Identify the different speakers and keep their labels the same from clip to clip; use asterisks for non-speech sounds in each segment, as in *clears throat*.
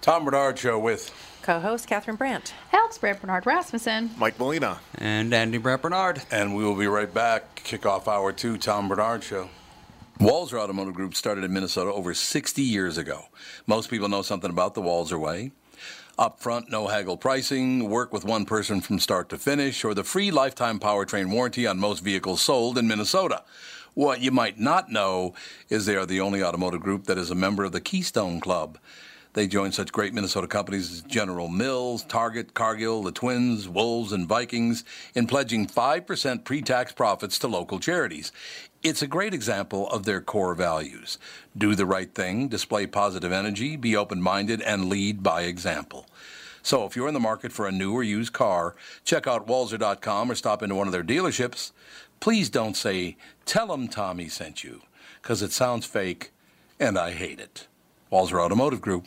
Speaker 1: Tom Bernard Show with
Speaker 2: co-host Catherine Brandt.
Speaker 3: Alex Brad Bernard Rasmussen.
Speaker 4: Mike Molina.
Speaker 5: And Andy Brett Bernard.
Speaker 1: And we will be right back. Kickoff hour two, Tom Bernard Show. Walzer Automotive Group started in Minnesota over 60 years ago. Most people know something about the Walzer Way. Upfront, no haggle pricing, work with one person from start to finish, or the free lifetime powertrain warranty on most vehicles sold in Minnesota. What you might not know is they are the only automotive group that is a member of the Keystone Club. They join such great Minnesota companies as General Mills, Target, Cargill, the Twins, Wolves, and Vikings in pledging 5% pre tax profits to local charities. It's a great example of their core values do the right thing, display positive energy, be open minded, and lead by example. So if you're in the market for a new or used car, check out Walzer.com or stop into one of their dealerships. Please don't say, Tell them Tommy sent you, because it sounds fake and I hate it. Walzer Automotive Group,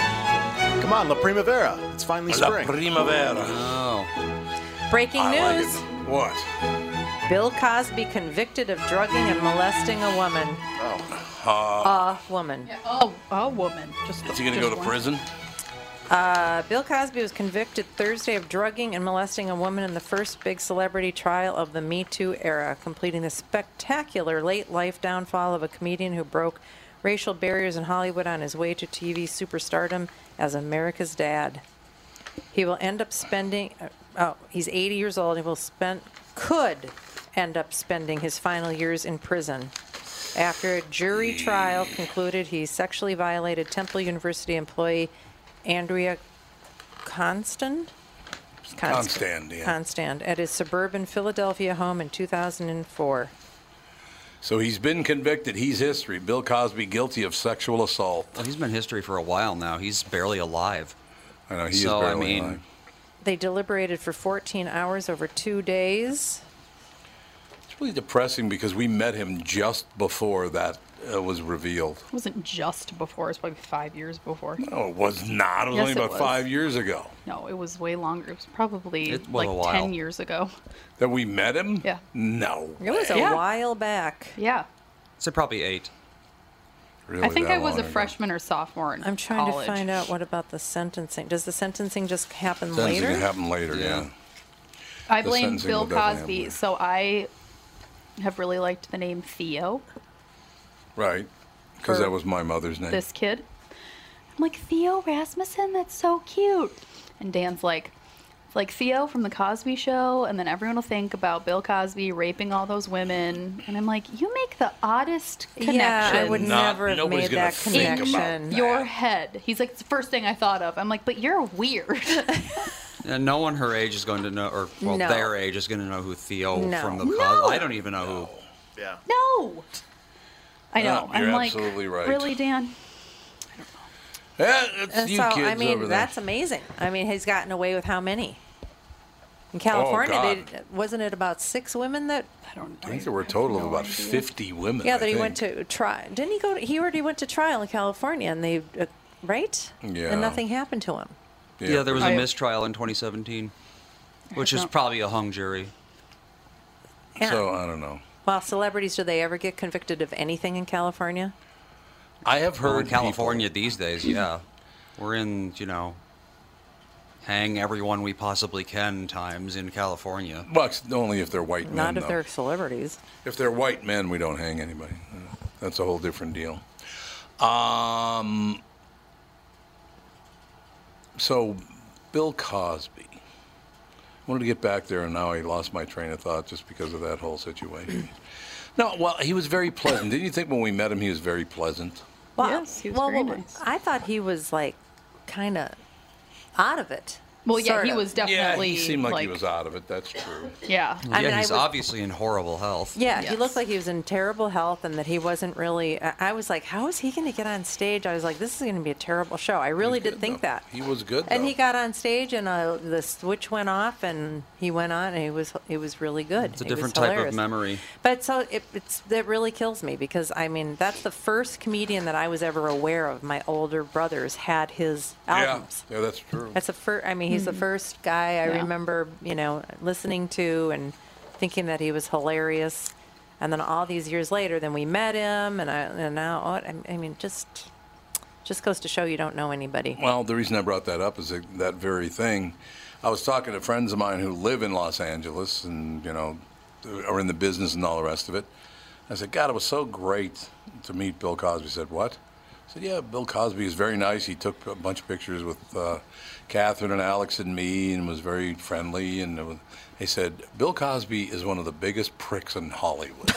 Speaker 2: it.
Speaker 6: Come on, La Primavera. It's finally spring.
Speaker 1: Primavera.
Speaker 5: Oh,
Speaker 2: Breaking
Speaker 1: I like
Speaker 2: news:
Speaker 1: it. What?
Speaker 2: Bill Cosby convicted of drugging and molesting a woman.
Speaker 1: Oh. Uh.
Speaker 2: a woman.
Speaker 3: Oh, a woman. Just
Speaker 1: Is he going to go
Speaker 3: just
Speaker 1: to
Speaker 3: one.
Speaker 1: prison?
Speaker 2: Uh, Bill Cosby was convicted Thursday of drugging and molesting a woman in the first big celebrity trial of the Me Too era, completing the spectacular late life downfall of a comedian who broke racial barriers in Hollywood on his way to TV superstardom as America's dad. He will end up spending. uh, Oh, he's 80 years old. He will spend could end up spending his final years in prison. After a jury trial concluded, he sexually violated Temple University employee Andrea Constant.
Speaker 1: Constant, yeah.
Speaker 2: Constant at his suburban Philadelphia home in 2004.
Speaker 1: So he's been convicted. He's history. Bill Cosby guilty of sexual assault.
Speaker 5: well, he's been history for a while now. He's barely alive.
Speaker 1: I know he
Speaker 5: So,
Speaker 1: is
Speaker 5: I
Speaker 1: barely
Speaker 5: mean-
Speaker 1: alive.
Speaker 2: They deliberated for 14 hours over two days.
Speaker 1: It's really depressing because we met him just before that uh, was revealed.
Speaker 3: It wasn't just before. It was probably five years before.
Speaker 1: No, it was not. It was
Speaker 3: Yes,
Speaker 1: only
Speaker 3: it
Speaker 1: about
Speaker 3: was.
Speaker 1: five years ago
Speaker 3: No, it was way longer. It was probably
Speaker 5: It was
Speaker 3: like
Speaker 5: a while.
Speaker 3: 10 years ago.
Speaker 1: that we met him.
Speaker 3: Yeah.
Speaker 1: No.
Speaker 2: It was a
Speaker 3: Yeah.
Speaker 2: while back.
Speaker 3: Yeah.
Speaker 5: So probably eight.
Speaker 1: Really
Speaker 3: I think
Speaker 1: that
Speaker 3: I was
Speaker 1: long
Speaker 3: a
Speaker 1: ago.
Speaker 3: freshman or sophomore in
Speaker 2: I'm trying
Speaker 3: college.
Speaker 2: to find out what about the sentencing. Does the sentencing just happen
Speaker 1: Sentencing
Speaker 2: later?
Speaker 1: happened later.
Speaker 5: Yeah.
Speaker 1: yeah.
Speaker 3: I
Speaker 1: The
Speaker 3: blame
Speaker 1: sentencing
Speaker 3: Bill
Speaker 1: will definitely
Speaker 3: Cosby,
Speaker 1: happen.
Speaker 3: so I have really liked the name Theo,
Speaker 1: Right. Because
Speaker 3: For
Speaker 1: that was my mother's name.
Speaker 3: this kid. I'm like, Theo Rasmussen, that's so cute. And Dan's like, it's like Theo from The Cosby Show, and then everyone will think about Bill Cosby raping all those women. And I'm like, you make the oddest connection.
Speaker 2: Yeah, I would
Speaker 1: Not-
Speaker 2: never have
Speaker 1: nobody's
Speaker 2: made
Speaker 1: gonna
Speaker 2: that
Speaker 1: think about
Speaker 2: connection.
Speaker 1: that.
Speaker 3: your head. He's like, it's the first thing I thought of. I'm like, but you're
Speaker 2: *laughs*
Speaker 3: weird. *laughs*
Speaker 5: And no one her age is going to know, or well,
Speaker 2: No.
Speaker 5: their age is going to know who Theo
Speaker 2: No.
Speaker 5: from the
Speaker 3: No.
Speaker 5: Cosby. I don't even know who.
Speaker 4: Yeah.
Speaker 3: no. I know.
Speaker 1: Yeah, Uh, you're
Speaker 3: I'm like,
Speaker 1: absolutely right.
Speaker 3: really, Dan?
Speaker 1: yeah, it's
Speaker 2: And
Speaker 1: you
Speaker 2: so,
Speaker 1: kids
Speaker 2: I mean,
Speaker 3: Uh,
Speaker 1: over there.
Speaker 2: that's amazing. I mean, he's gotten away with how many? In California,
Speaker 1: Oh, God.
Speaker 2: they, wasn't it about six women that?
Speaker 3: I don't know.
Speaker 1: I think there were a total of about 50 women.
Speaker 2: Yeah,
Speaker 1: I
Speaker 2: that he went
Speaker 1: think.
Speaker 2: to trial. Didn't he go? To, he already went to trial in California, and they, uh, right?
Speaker 1: Yeah.
Speaker 2: And nothing happened to him.
Speaker 5: Yeah, there was
Speaker 3: I-
Speaker 5: a mistrial in 2017, which is
Speaker 3: don't-
Speaker 5: probably a hung jury.
Speaker 2: Yeah.
Speaker 1: So uh, I don't know.
Speaker 2: well, celebrities, do they ever get convicted of anything in California?
Speaker 1: I have
Speaker 5: Well,
Speaker 1: heard
Speaker 5: in California these days, yeah, we're in you know, hang everyone we possibly can times in California.
Speaker 1: People, bucks only if they're white men.
Speaker 2: Not if
Speaker 1: though.
Speaker 2: they're celebrities.
Speaker 1: If they're white men, we don't hang anybody. That's a whole different deal. Um, so, Bill Cosby. I wanted to get back there, and now I lost my train of thought just because of that whole
Speaker 2: *clears throat*
Speaker 1: situation. no, well, he was very pleasant. Didn't you think when we met him, he was very pleasant?
Speaker 2: Well,
Speaker 3: Yes, he was
Speaker 2: well,
Speaker 3: very
Speaker 2: well,
Speaker 3: nice.
Speaker 2: I thought he was like kind of out of it.
Speaker 3: Well, yeah,
Speaker 2: sort
Speaker 3: he
Speaker 2: of.
Speaker 3: was definitely.
Speaker 1: yeah, he seemed like, he was out of it. That's true.
Speaker 3: Yeah.
Speaker 2: I mean,
Speaker 5: yeah,
Speaker 2: I
Speaker 5: he's
Speaker 2: would-
Speaker 5: obviously in horrible health.
Speaker 2: Yeah, he
Speaker 3: Yes.
Speaker 2: looked like he was in terrible health and that he wasn't really. I I was like, how is he going to get on stage? I was like, this is going to be a terrible show. I really
Speaker 1: He's
Speaker 2: did
Speaker 1: good,
Speaker 2: think
Speaker 1: though.
Speaker 2: that.
Speaker 1: He was good,
Speaker 2: And
Speaker 1: though.
Speaker 2: he got on stage and uh, the switch went off and he went on and he was it was really good.
Speaker 5: It's a
Speaker 2: It was
Speaker 5: different type of
Speaker 2: hilarious.
Speaker 5: memory.
Speaker 2: But so it it's, that really kills me because I mean that's the first comedian that I was ever aware of. My older brothers had his albums.
Speaker 1: Yeah, yeah, that's true.
Speaker 2: That's the first. I mean, he's the first guy I
Speaker 3: Yeah.
Speaker 2: remember, you know, listening to and thinking that he was hilarious. And then all these years later, then we met him, and I and now oh, I- I mean, just just goes to show you don't know anybody.
Speaker 1: Well, the reason I brought that up is that, that very thing. I was talking to friends of mine who live in Los Angeles and, you know, are in the business and all the rest of it. I said, God, it was so great to meet Bill Cosby. He said, What? I said, Yeah, Bill Cosby is very nice. He took a bunch of pictures with uh, Catherine and Alex and me and was very friendly. And it was, he said, Bill Cosby is one of the biggest pricks in Hollywood.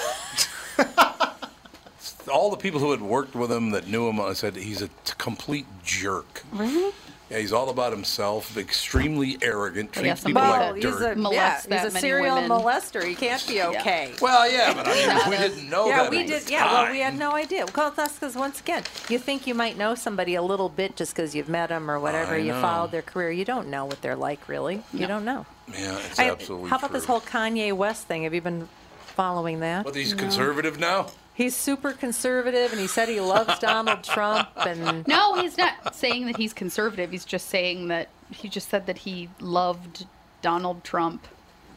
Speaker 1: all the people who had worked with him that knew him, I said, He's a t- complete jerk.
Speaker 3: Really?
Speaker 1: Yeah, he's all about himself, extremely arrogant, treats
Speaker 3: yes, I'm
Speaker 1: people
Speaker 3: all
Speaker 1: like
Speaker 3: about
Speaker 1: dirt.
Speaker 3: Molest that many women.
Speaker 2: molester. He can't be okay.
Speaker 1: well, yeah, but I mean,
Speaker 2: *laughs*
Speaker 1: we didn't know
Speaker 2: Yeah,
Speaker 1: that.
Speaker 2: we
Speaker 1: at the
Speaker 2: did. Yeah, well, we
Speaker 1: time.
Speaker 2: had no idea. Well, that's because once again, you think you might know somebody a little bit just because you've met them or whatever.
Speaker 1: I
Speaker 2: You
Speaker 1: know.
Speaker 2: followed their career. You don't know what they're like, really. You don't know.
Speaker 1: Yeah, it's
Speaker 2: I-
Speaker 1: absolutely
Speaker 2: how about this
Speaker 1: true.
Speaker 2: whole Kanye West thing? Have you been following that?
Speaker 1: But he's conservative now.
Speaker 2: He's super conservative, and he said he
Speaker 5: *laughs*
Speaker 2: loves Donald Trump, and
Speaker 3: No, he's not saying that he's conservative. He's just saying that he just said that he loved Donald Trump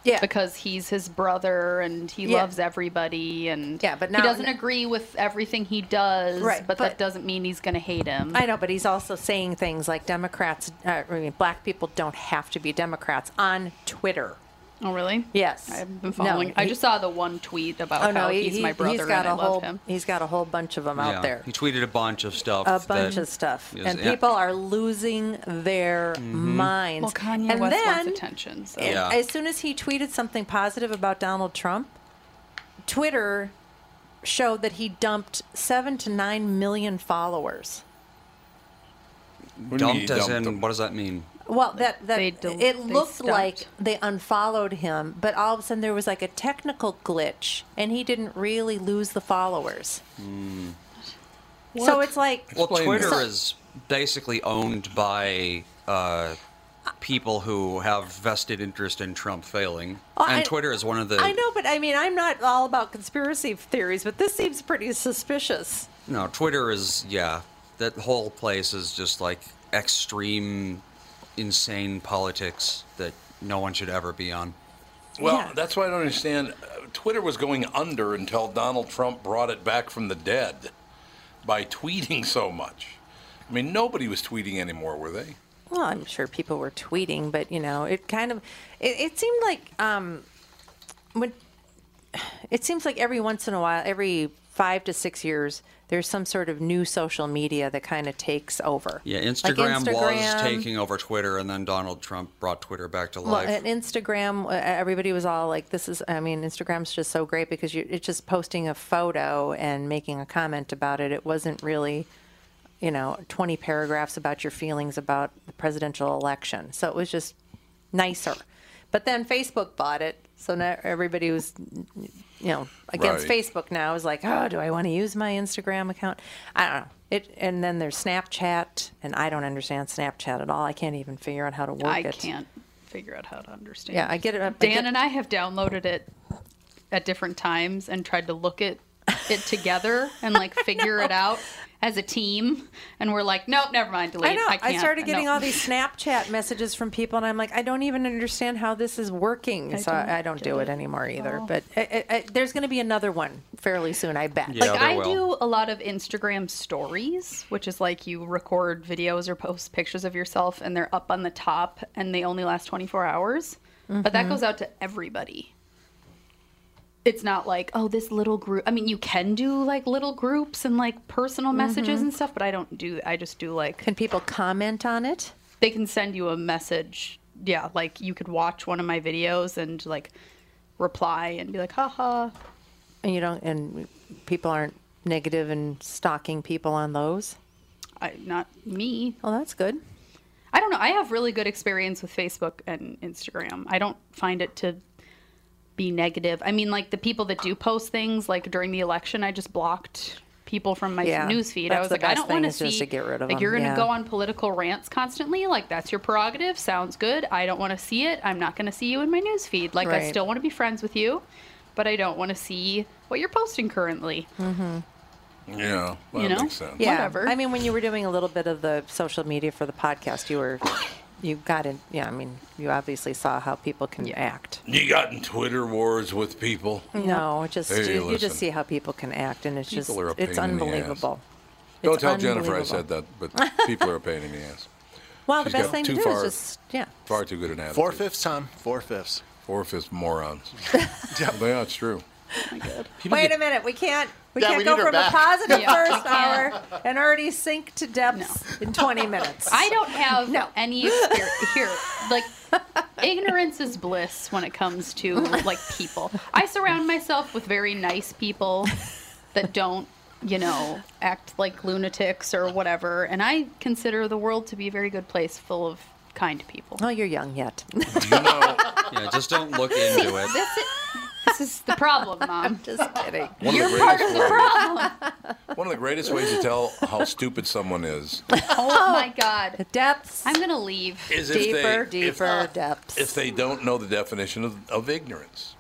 Speaker 2: yeah,
Speaker 3: because he's his brother and he
Speaker 2: Yeah.
Speaker 3: loves everybody and
Speaker 2: Yeah, but
Speaker 3: he
Speaker 2: now-
Speaker 3: doesn't agree with everything he does.
Speaker 2: Right,
Speaker 3: but,
Speaker 2: but-
Speaker 3: that doesn't mean he's going to hate him.
Speaker 2: I know, but he's also saying things like Democrats, uh, I mean, black people don't have to be Democrats on Twitter.
Speaker 3: oh, really?
Speaker 2: Yes.
Speaker 3: I've been
Speaker 2: No,
Speaker 3: following. I
Speaker 2: he-
Speaker 3: just saw the one tweet about
Speaker 2: Oh no,
Speaker 3: how
Speaker 2: he-
Speaker 3: he's
Speaker 2: he-
Speaker 3: my brother
Speaker 2: he's got
Speaker 3: and
Speaker 2: a
Speaker 3: I
Speaker 2: whole
Speaker 3: love him.
Speaker 2: he's got a whole bunch of them
Speaker 5: Yeah.
Speaker 2: out there.
Speaker 5: He tweeted a bunch of stuff.
Speaker 2: a bunch
Speaker 5: that
Speaker 2: of stuff,
Speaker 5: is- Mm-hmm.
Speaker 2: and
Speaker 5: yeah.
Speaker 2: people are losing their minds.
Speaker 3: Mm-hmm. Well, Kanye
Speaker 2: and
Speaker 3: West
Speaker 2: then,
Speaker 3: wants attention. So.
Speaker 2: and
Speaker 5: Yeah.
Speaker 2: As soon as he tweeted something positive about Donald Trump, Twitter showed that he dumped seven to nine million followers.
Speaker 1: What do you mean
Speaker 5: dumped
Speaker 1: he
Speaker 5: as
Speaker 1: dumped
Speaker 5: in
Speaker 1: him?
Speaker 5: what does that mean?
Speaker 2: Well, that, that
Speaker 3: they del-
Speaker 2: it
Speaker 3: they
Speaker 2: looked
Speaker 3: stopped.
Speaker 2: like they unfollowed him, but all of a sudden there was like a technical glitch, and he didn't really lose the followers.
Speaker 3: Hmm.
Speaker 2: So it's like
Speaker 5: Well,
Speaker 1: Explain
Speaker 5: Twitter
Speaker 1: this.
Speaker 5: is basically owned by uh, people who have vested interest in Trump failing,
Speaker 2: Oh,
Speaker 5: and
Speaker 2: I-
Speaker 5: Twitter is one of the.
Speaker 2: I know, but I mean, I'm not all about conspiracy theories, but this seems pretty suspicious.
Speaker 5: No, Twitter is yeah. That whole place is just like extreme, insane politics that no one should ever be on.
Speaker 1: Well,
Speaker 2: Yeah.
Speaker 1: that's why I don't understand. Uh, Twitter was going under until Donald Trump brought it back from the dead by tweeting so much. I mean, nobody was tweeting anymore, were they?
Speaker 2: Well, I'm sure people were tweeting, but you know, it kind of it, it seemed like um when it seems like every once in a while, every 5 to 6 years, there's some sort of new social media that kind of takes over.
Speaker 5: Yeah,
Speaker 2: Like
Speaker 5: Instagram, was
Speaker 2: Instagram.
Speaker 5: taking over Twitter, and then Donald Trump brought Twitter back to
Speaker 2: Well,
Speaker 5: life.
Speaker 2: and Instagram, uh, everybody was all like, "This is." I mean, Instagram's just so great because you, it's just posting a photo and making a comment about it. It wasn't really, you know, twenty paragraphs about your feelings about the presidential election. So it was just nicer. But then Facebook bought it, so now everybody was, you know, against
Speaker 1: Right.
Speaker 2: Facebook now is like, "Oh, do I want to use my Instagram account?" I don't know. It, and then there's Snapchat, and I don't understand Snapchat at all. I can't even figure out how to work
Speaker 3: I
Speaker 2: it.
Speaker 3: can't figure out how to understand.
Speaker 2: Yeah, I get it. I
Speaker 3: Dan
Speaker 2: get-
Speaker 3: and I have downloaded it at different times and tried to look at it together and like
Speaker 2: *laughs*
Speaker 3: figure it out as a team. And we're like, nope, never mind. Delete.
Speaker 2: I know. I,
Speaker 3: can't.
Speaker 2: started getting
Speaker 3: No."
Speaker 2: all these Snapchat messages from people, and I'm like, I don't even understand how this is working. so
Speaker 3: don't
Speaker 2: I, I don't
Speaker 3: get
Speaker 2: do it Oh.
Speaker 3: it
Speaker 2: anymore either.
Speaker 3: all.
Speaker 2: But I, I, I, there's going to be another one fairly soon, I bet.
Speaker 5: Yeah,
Speaker 3: like
Speaker 5: there
Speaker 3: I
Speaker 5: will.
Speaker 3: do a lot of Instagram stories, which is like you record videos or post pictures of yourself and they're up on the top and they only last 24 hours. But that goes out to everybody. It's not like, oh, this little group. I mean, you can do like little groups and like personal messages and stuff, but I don't do I just do like
Speaker 2: Can people comment on it?
Speaker 3: they can send you a message. Yeah, like you could watch one of my videos and like reply and be like, haha.
Speaker 2: And you don't, and people aren't negative and stalking people on those.
Speaker 3: I, not me.
Speaker 2: Well, that's good.
Speaker 3: I don't know. I have really good experience with Facebook and Instagram. I don't find it to be negative. I mean, like the people that do post things, like during the election, I just blocked people from my
Speaker 2: Yeah,
Speaker 3: newsfeed.
Speaker 2: that's
Speaker 3: I was
Speaker 2: the
Speaker 3: like, I
Speaker 2: best
Speaker 3: don't
Speaker 2: thing
Speaker 3: want
Speaker 2: is just
Speaker 3: see
Speaker 2: to get rid of
Speaker 3: like you're
Speaker 2: them,
Speaker 3: going to
Speaker 2: yeah.
Speaker 3: go on political rants constantly. Like that's your prerogative. Sounds good. I don't want to see it. I'm not going to see you in my newsfeed. Like I
Speaker 2: Right.
Speaker 3: still want to be friends with you, but I don't want to see what you're posting currently.
Speaker 1: Yeah, well,
Speaker 3: You
Speaker 1: that
Speaker 3: know?
Speaker 1: makes sense.
Speaker 2: Yeah.
Speaker 3: Whatever.
Speaker 2: I mean, when you were doing a little bit of the social media for the podcast, you were, you got in. Yeah, I mean, you obviously saw how people can act.
Speaker 1: You got in Twitter wars with people.
Speaker 2: No, it just
Speaker 1: Hey,
Speaker 2: you, you just
Speaker 1: listen.
Speaker 2: see how people can act, and it's
Speaker 1: People are a
Speaker 2: just it's
Speaker 1: pain in the ass.
Speaker 2: unbelievable.
Speaker 1: Don't
Speaker 2: It's
Speaker 1: tell Jennifer I
Speaker 2: unbelievable.
Speaker 1: said that, but
Speaker 3: *laughs*
Speaker 1: people are a pain in the ass.
Speaker 2: Well, the
Speaker 1: She's
Speaker 2: best
Speaker 1: got
Speaker 2: thing to
Speaker 1: too
Speaker 2: do
Speaker 1: far-
Speaker 2: is just yeah.
Speaker 1: Far too good an attitude.
Speaker 6: Four fifths, Tom. Four fifths.
Speaker 1: Four fifths
Speaker 3: *laughs*
Speaker 1: morons. yeah, it's true.
Speaker 2: Wait a minute, we can't we
Speaker 6: Yeah,
Speaker 2: can't
Speaker 6: we
Speaker 2: go
Speaker 6: need her
Speaker 2: from a
Speaker 6: back.
Speaker 2: positive
Speaker 3: Yeah.
Speaker 2: first hour and already sink to depths in 20 minutes.
Speaker 3: I don't have
Speaker 2: No.
Speaker 3: any experience here. Like ignorance is bliss when it comes to like people. I surround myself with very nice people that don't, you know, act like lunatics or whatever, and I consider the world to be a very good place full of kind people.
Speaker 2: Oh, you're young yet.
Speaker 1: Do *laughs* you know
Speaker 5: Yeah, just don't
Speaker 2: *laughs*
Speaker 5: look into it.
Speaker 3: This is, this is the problem, mom.
Speaker 2: just kidding.
Speaker 1: one of, the
Speaker 3: You're part
Speaker 1: greatest
Speaker 3: of the
Speaker 1: ways,
Speaker 3: problem.
Speaker 1: one of the greatest ways to tell how stupid someone is
Speaker 3: Oh my god.
Speaker 2: Depths.
Speaker 3: I'm going to leave.
Speaker 1: is if
Speaker 2: deeper,
Speaker 1: they, if-
Speaker 2: deeper depths.
Speaker 1: if they don't know the definition of, of ignorance.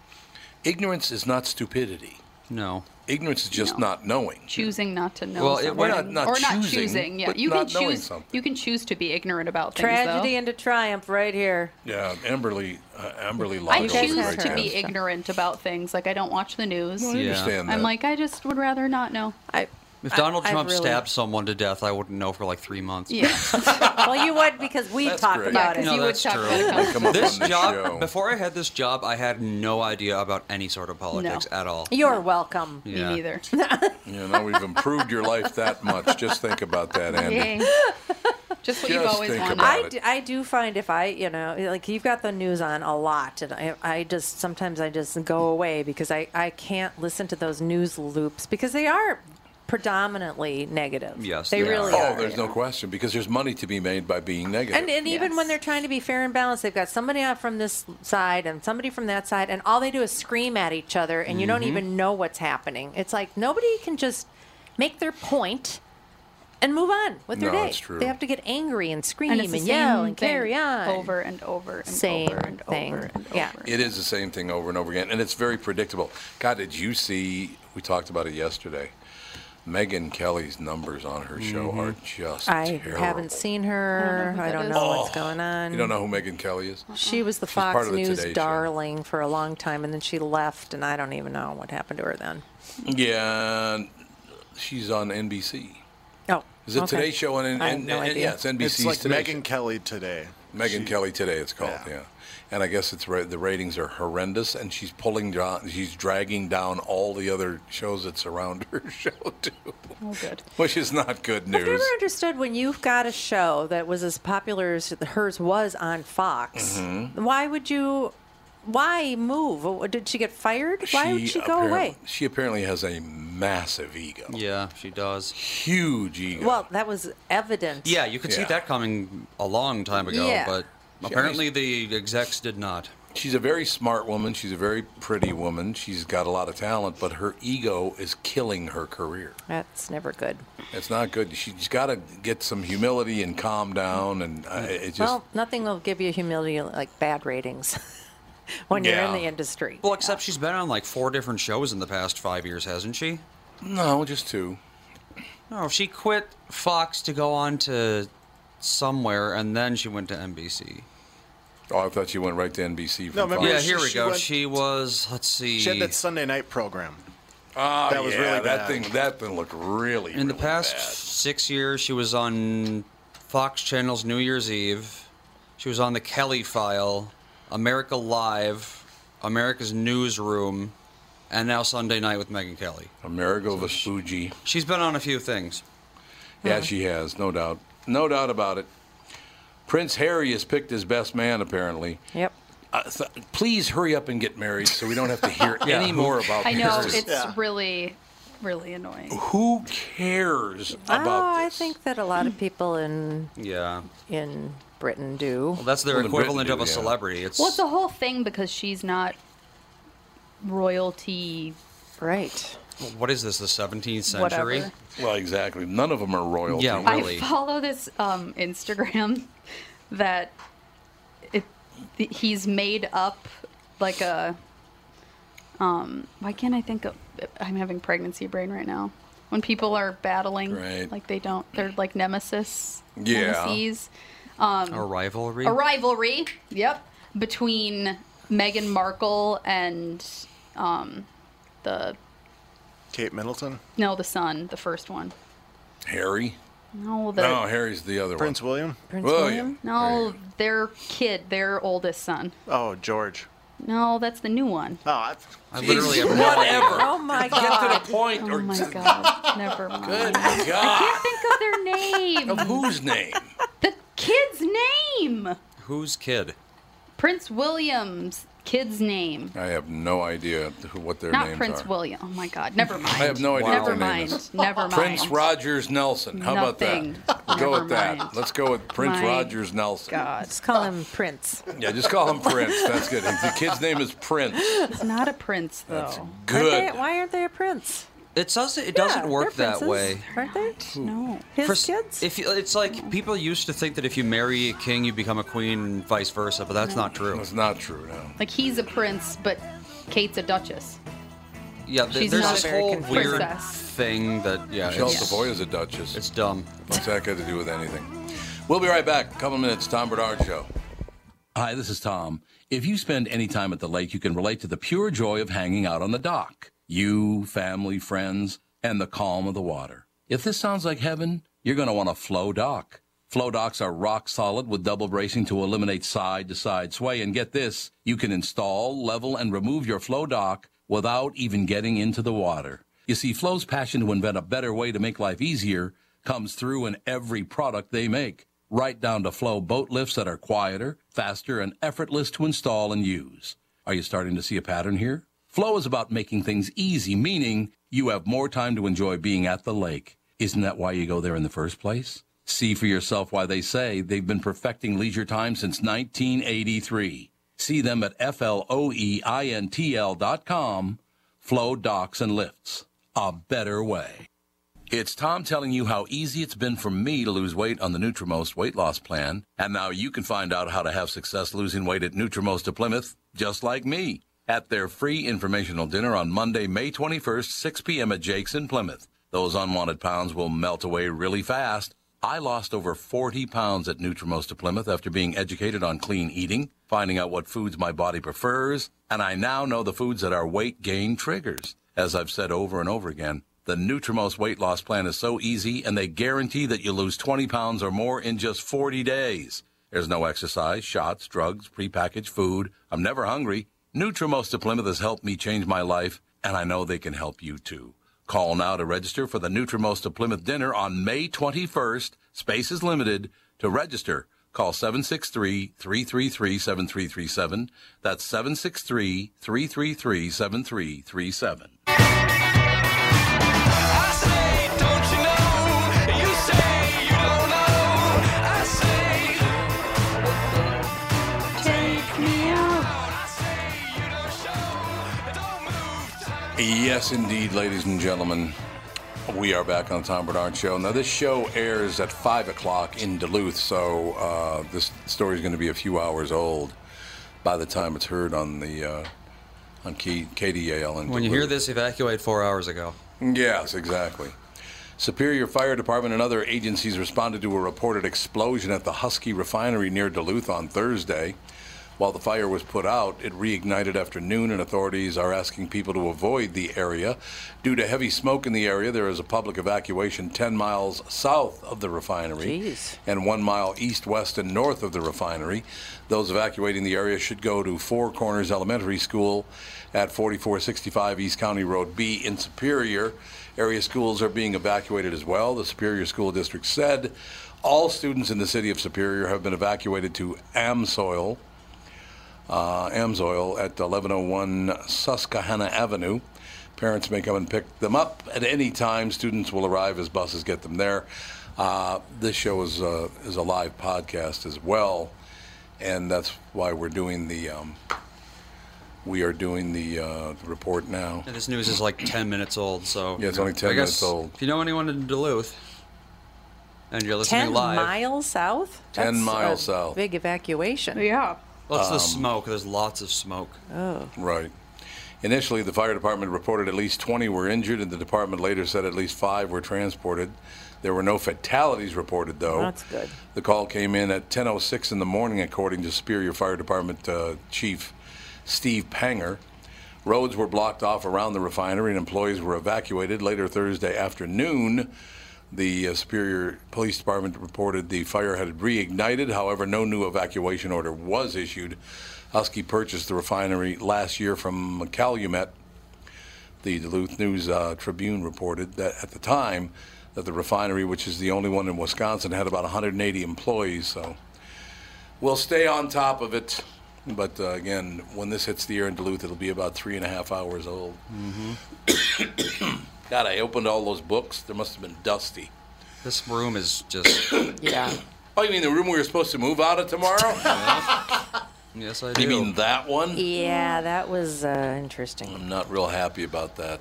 Speaker 1: Ignorance is not stupidity.
Speaker 5: No.
Speaker 1: Ignorance is just
Speaker 3: No.
Speaker 1: not knowing.
Speaker 3: choosing not to know
Speaker 5: Well, it-
Speaker 3: something.
Speaker 5: we're not-
Speaker 1: not
Speaker 3: or not
Speaker 1: choosing,
Speaker 3: choosing. Yeah,
Speaker 1: but
Speaker 3: you
Speaker 1: not
Speaker 3: can
Speaker 1: knowing
Speaker 3: choose.
Speaker 1: something.
Speaker 3: You can choose to be ignorant about things.
Speaker 2: Tragedy
Speaker 3: though.
Speaker 2: into triumph right here.
Speaker 1: Yeah, Amberly, uh, Amberly
Speaker 3: I
Speaker 1: Longo was
Speaker 2: guys
Speaker 1: a
Speaker 3: choose
Speaker 1: great
Speaker 3: to be
Speaker 1: dancer.
Speaker 3: ignorant about things. Like I don't watch the news.
Speaker 1: I
Speaker 5: Yeah.
Speaker 1: understand
Speaker 3: I'm
Speaker 1: that.
Speaker 3: like I just would rather not know.
Speaker 2: I,
Speaker 5: If Donald
Speaker 2: I- I've
Speaker 5: Trump
Speaker 2: really-
Speaker 5: stabbed someone to death, I wouldn't know for like three months.
Speaker 3: Yeah,
Speaker 2: well, you would because we
Speaker 1: That's
Speaker 2: talk
Speaker 1: great.
Speaker 2: about
Speaker 3: Yeah,
Speaker 2: it.
Speaker 3: you
Speaker 5: No,
Speaker 3: would
Speaker 5: that's
Speaker 3: talk
Speaker 5: true.
Speaker 3: about it.
Speaker 1: They come up
Speaker 5: This
Speaker 1: on this
Speaker 5: job,
Speaker 1: show.
Speaker 5: before I had this job, I had no idea about any sort of politics at all.
Speaker 2: You're welcome.
Speaker 3: me
Speaker 1: *laughs*
Speaker 5: Yeah.
Speaker 3: neither.
Speaker 1: You know, we've improved your life that much. Just think about
Speaker 3: *laughs*
Speaker 1: that, Andy.
Speaker 3: Yay. Just what you've
Speaker 1: Just
Speaker 3: always
Speaker 1: think
Speaker 3: wanted.
Speaker 1: about
Speaker 2: I
Speaker 1: it.
Speaker 2: do, I do find if I, you know, like you've got the news on a lot, and I, I just sometimes I just go away because I, I can't listen to those news loops because they are predominantly negative.
Speaker 5: Yes,
Speaker 2: they
Speaker 5: they
Speaker 2: really
Speaker 5: are.
Speaker 2: are.
Speaker 1: Oh, there's no question because there's money to be made by being negative.
Speaker 2: And, and even when
Speaker 3: Yes.
Speaker 2: they're trying to be fair and balanced, they've got somebody out from this side and somebody from that side, and all they do is scream at each other, and you don't even know what's happening. It's like nobody can just make their point and move on with their
Speaker 1: No,
Speaker 2: day.
Speaker 1: it's true.
Speaker 2: They have to get angry and scream
Speaker 3: And
Speaker 2: and,
Speaker 3: it's the
Speaker 2: yell
Speaker 3: same
Speaker 2: and
Speaker 3: thing
Speaker 2: carry on.
Speaker 3: over and over and
Speaker 2: Same
Speaker 3: over and
Speaker 2: thing.
Speaker 3: over and
Speaker 2: Yeah.
Speaker 3: over.
Speaker 1: It is the same thing over and over again, and it's very predictable. God, did you see? We talked about it yesterday. Megan Kelly's numbers on her show
Speaker 3: Mm-hmm.
Speaker 1: are just.
Speaker 2: I
Speaker 1: terrible. Oh,
Speaker 2: haven't seen her. I
Speaker 3: I
Speaker 2: don't
Speaker 3: don't know who that
Speaker 2: know
Speaker 3: is.
Speaker 2: what's going on.
Speaker 1: You don't know who Megan Kelly is?
Speaker 2: She was the
Speaker 1: part
Speaker 2: Fox
Speaker 1: of the
Speaker 2: News
Speaker 1: Today Show.
Speaker 2: darling for a long time, and then she left, and I don't even know what happened to her then.
Speaker 1: Yeah, she's on NBC.
Speaker 2: Oh,
Speaker 1: Is it
Speaker 2: okay.
Speaker 1: Today Show on? N-
Speaker 2: I have
Speaker 1: N-
Speaker 2: no
Speaker 1: N-
Speaker 2: idea.
Speaker 1: Yeah, it's NBC's
Speaker 6: It's like
Speaker 1: Today
Speaker 6: Megan
Speaker 1: Show.
Speaker 6: Kelly today.
Speaker 1: Megan Kelly today. It's called yeah.
Speaker 6: Yeah.
Speaker 1: and I guess it's ra- the ratings are horrendous, and she's pulling down, she's dragging down all the other shows that surround *laughs* her show too,
Speaker 3: Oh, good.
Speaker 1: which is not good
Speaker 2: I've
Speaker 1: news.
Speaker 2: never understood when you've got a show that was as popular as hers was on Fox.
Speaker 1: Mm-hmm.
Speaker 2: Why would you? Why move? Did she get fired? Why would she go
Speaker 1: apparent-
Speaker 2: away?
Speaker 1: She apparently has a massive ego,
Speaker 5: Yeah, she does.
Speaker 1: huge ego.
Speaker 2: Well, that was evident.
Speaker 5: Yeah, you could see
Speaker 1: Yeah.
Speaker 5: that coming a long time ago,
Speaker 2: Yeah.
Speaker 5: but apparently the execs did not.
Speaker 1: She's a very smart woman. She's a very pretty woman. She's got a lot of talent, but her ego is killing her career.
Speaker 2: That's never good.
Speaker 1: It's not good. She's got to get some humility and calm down. And uh, it just
Speaker 2: well, nothing will give you humility like bad ratings *laughs* when you're in
Speaker 1: Yeah.
Speaker 2: the industry.
Speaker 5: Well, except she's been on like four different shows in the past five years, hasn't she?
Speaker 1: no, just two.
Speaker 5: No, she quit Fox to go on to somewhere, and then she went to NBC.
Speaker 1: Oh, I thought she went right to NBC. From
Speaker 6: No, remember-
Speaker 1: Fox.
Speaker 5: Yeah,
Speaker 6: she-
Speaker 5: here we
Speaker 6: she
Speaker 5: go.
Speaker 6: went-
Speaker 5: She was, let's see,
Speaker 6: She had that Sunday night program.
Speaker 1: Oh,
Speaker 6: That was
Speaker 1: yeah,
Speaker 6: really
Speaker 1: that
Speaker 6: bad.
Speaker 1: thing. That thing looked really
Speaker 5: in the
Speaker 1: really
Speaker 5: past
Speaker 1: bad.
Speaker 5: six years, she was on Fox Channel's New Year's Eve. She was on The Kelly File, America Live, America's Newsroom, and now Sunday Night with Megan Kelly.
Speaker 1: Amerigo Vespucci.
Speaker 5: She's been on a few things.
Speaker 1: Yeah, she has, no doubt. No doubt about it. Prince Harry has picked his best man, apparently.
Speaker 2: Yep.
Speaker 1: Uh, th- please hurry up and get married so we don't have to hear
Speaker 5: Yeah.
Speaker 1: any more about
Speaker 3: I know
Speaker 1: this.
Speaker 3: it's
Speaker 6: Yeah.
Speaker 3: really, really annoying.
Speaker 1: Who cares about
Speaker 2: oh, I
Speaker 1: this?
Speaker 2: think that a lot of people in
Speaker 5: Yeah.
Speaker 2: in Britain do.
Speaker 5: Well, that's their
Speaker 1: Well, in Britain
Speaker 5: equivalent of
Speaker 1: do,
Speaker 5: a
Speaker 1: yeah.
Speaker 5: celebrity. It's
Speaker 3: Well, it's a whole thing because she's not royalty.
Speaker 2: Right.
Speaker 5: what is this, the 17th century?
Speaker 3: Whatever.
Speaker 1: Well, exactly. None of them are royalty.
Speaker 5: Yeah,
Speaker 1: really.
Speaker 5: Really?
Speaker 3: I follow this um, Instagram *laughs* that it, th- he's made up like a. Um, why can't I think of? I'm having pregnancy brain right now. When people are battling,
Speaker 1: Right.
Speaker 3: like they don't, they're like nemesis,
Speaker 1: Yeah.
Speaker 3: nemeses.
Speaker 5: A rivalry?
Speaker 3: a rivalry. Yep, between Meghan Markle and um, the
Speaker 6: Kate Middleton,
Speaker 3: no, the son, the first one.
Speaker 1: Harry?
Speaker 3: No, the
Speaker 1: No, Harry's the other
Speaker 6: Prince
Speaker 1: one.
Speaker 6: William.
Speaker 2: Prince William?
Speaker 3: no, their kid, their oldest son.
Speaker 6: Oh, George.
Speaker 3: No, that's the new one.
Speaker 6: Oh, I,
Speaker 5: I literally have no idea.
Speaker 1: Whatever.
Speaker 2: Oh my
Speaker 1: Get to
Speaker 2: *laughs* God.
Speaker 1: the point.
Speaker 3: Oh
Speaker 1: or
Speaker 3: my god,
Speaker 1: *laughs*
Speaker 3: never mind.
Speaker 1: Good
Speaker 3: Can't
Speaker 1: God.
Speaker 3: think of their
Speaker 1: *laughs*
Speaker 3: name.
Speaker 1: Of whose name?
Speaker 3: the kid's name.
Speaker 5: Whose kid?
Speaker 3: Prince William's kid's name.
Speaker 1: I have no idea who, what their
Speaker 3: Not
Speaker 1: names
Speaker 3: Prince
Speaker 1: are.
Speaker 3: William. Oh my god, never mind.
Speaker 1: I have no idea what
Speaker 3: Never
Speaker 1: their name
Speaker 3: mind.
Speaker 1: is.
Speaker 3: Never mind.
Speaker 1: Prince Rogers Nelson. How
Speaker 3: Nothing.
Speaker 1: about that? go
Speaker 3: Never
Speaker 1: with that.
Speaker 3: mind.
Speaker 1: Let's go with Prince
Speaker 3: My
Speaker 1: Rogers Nelson.
Speaker 3: God,
Speaker 2: Just call him Prince.
Speaker 1: Yeah, just call him Prince. That's good. The kid's name is Prince.
Speaker 3: it's not a prince though.
Speaker 2: Aren't
Speaker 1: Good.
Speaker 2: they, why aren't they a prince?
Speaker 5: It doesn't. It
Speaker 2: Yeah,
Speaker 5: doesn't work
Speaker 2: they're
Speaker 5: that
Speaker 2: princes,
Speaker 5: way.
Speaker 2: aren't they?
Speaker 3: No.
Speaker 2: His
Speaker 5: For s-
Speaker 2: kids.
Speaker 5: If you, it's like people used to think that if you marry a king, you become a queen, and vice versa, but that's not true.
Speaker 1: That's not true. No.
Speaker 3: Like he's a prince, but Kate's a duchess.
Speaker 5: Yeah, th-
Speaker 3: She's
Speaker 5: there's
Speaker 3: not
Speaker 5: this
Speaker 2: a
Speaker 5: whole
Speaker 2: American
Speaker 5: weird
Speaker 3: princess.
Speaker 5: thing that yeah,
Speaker 1: Michelle
Speaker 5: it's,
Speaker 1: Savoya's a duchess.
Speaker 5: it's dumb.
Speaker 1: What's that got to do with anything? We'll be right back. couple minutes. Tom Bernard Show. Hi, this is Tom. If you spend any time at the lake, you can relate to the pure joy of hanging out on the dock. You, family, friends, and the calm of the water. If this sounds like heaven, you're going to want a flow dock. Flow docks are rock solid with double bracing to eliminate side to side sway. And get this you can install, level, and remove your flow dock without even getting into the water. You see, Flow's passion to invent a better way to make life easier comes through in every product they make, right down to Flow boat lifts that are quieter, faster, and effortless to install and use. Are you starting to see a pattern here? Flow is about making things easy, meaning you have more time to enjoy being at the lake. Isn't that why you go there in the first place? See for yourself why they say they've been perfecting leisure time since 1983. See them at E floeintl dot com. Flow Docks and Lifts. A better way. It's Tom telling you how easy it's been for me to lose weight on the Nutrimost weight loss plan, and now you can find out how to have success losing weight at Nutrimost of Plymouth, just like me, at their free informational dinner on Monday, May 21st, 6 p.m. at Jake's in Plymouth. Those unwanted pounds will melt away really fast. I lost over 40 pounds at Nutrimost of Plymouth after being educated on clean eating, finding out what foods my body prefers, and I now know the foods that are weight gain triggers. As I've said over and over again, the Nutrimost weight loss plan is so easy and they guarantee that you lose 20 pounds or more in just 40 days. There's no exercise, shots, drugs, prepackaged food. I'm never hungry. Nutrimost of Plymouth has helped me change my life, and I know they can help you too. Call now to register for the Nutrimost of Plymouth dinner on May 21st. Space is limited. To register, call 763-333-7337. That's 763-333-7337.
Speaker 3: Take me out.
Speaker 7: Yes, indeed, ladies and gentlemen. We are back on the Tom Bernard Show. Now, this show airs at 5 o'clock in Duluth, so uh, this story is going to be a few hours old by the time it's heard on the uh, on K- KDAL. In
Speaker 5: When you hear
Speaker 7: Duluth.
Speaker 5: this, evacuate four hours ago.
Speaker 7: Yes, exactly. Superior Fire Department and other agencies responded to a reported explosion at the Husky refinery near Duluth on Thursday. While the fire was put out, it reignited after noon, and authorities are asking people to avoid the area. Due to heavy smoke in the area, there is a public evacuation 10 miles south of the refinery
Speaker 2: Jeez.
Speaker 7: and one mile east, west, and north of the refinery. Those evacuating the area should go to Four Corners Elementary School at 4465 East County Road B in Superior. Area schools are being evacuated as well. The Superior School District said all students in the city of Superior have been evacuated to Amsoil, uh, Amsoil at 1101 Susquehanna Avenue. Parents may come and pick them up at any time. Students will arrive as buses get them there. Uh, this show is uh, is a live podcast as well, and that's why we're doing the um, we are doing the uh, report now.
Speaker 5: And this news is like 10 minutes old, so.
Speaker 7: Yeah, it's only 10
Speaker 5: I
Speaker 7: minutes
Speaker 5: guess
Speaker 7: old.
Speaker 5: If you know anyone in Duluth and you're listening
Speaker 2: 10
Speaker 5: live,
Speaker 2: miles south?
Speaker 7: 10
Speaker 2: That's
Speaker 7: miles
Speaker 2: a
Speaker 7: south.
Speaker 2: Big evacuation.
Speaker 3: Yeah.
Speaker 5: what's
Speaker 7: Um,
Speaker 5: the smoke? There's lots of smoke.
Speaker 2: Oh.
Speaker 7: Right. Initially, the fire department reported at least 20 were injured, and the department later said at least five were transported. There were no fatalities reported, though.
Speaker 2: That's good.
Speaker 7: The call came in at 10:06 in the morning, according to Superior Fire Department uh, Chief Steve Panger. Roads were blocked off around the refinery, and employees were evacuated. Later Thursday afternoon, the uh, Superior Police Department reported the fire had reignited. However, no new evacuation order was issued. Husky purchased the refinery last year from Calumet. The Duluth News uh, Tribune reported that at the time that the refinery, which is the only one in Wisconsin, had about 180 employees. So we'll stay on top of it. But uh, again, when this hits the air in Duluth, it'll be about three and a half hours old. God, I opened all those books. There must have been dusty.
Speaker 5: This room is just.
Speaker 2: Yeah.
Speaker 7: Oh, you mean the room we were supposed to move out of tomorrow?
Speaker 5: yes, I do.
Speaker 7: you mean that one?
Speaker 2: Yeah, that was uh, interesting.
Speaker 7: I'm not real happy about that.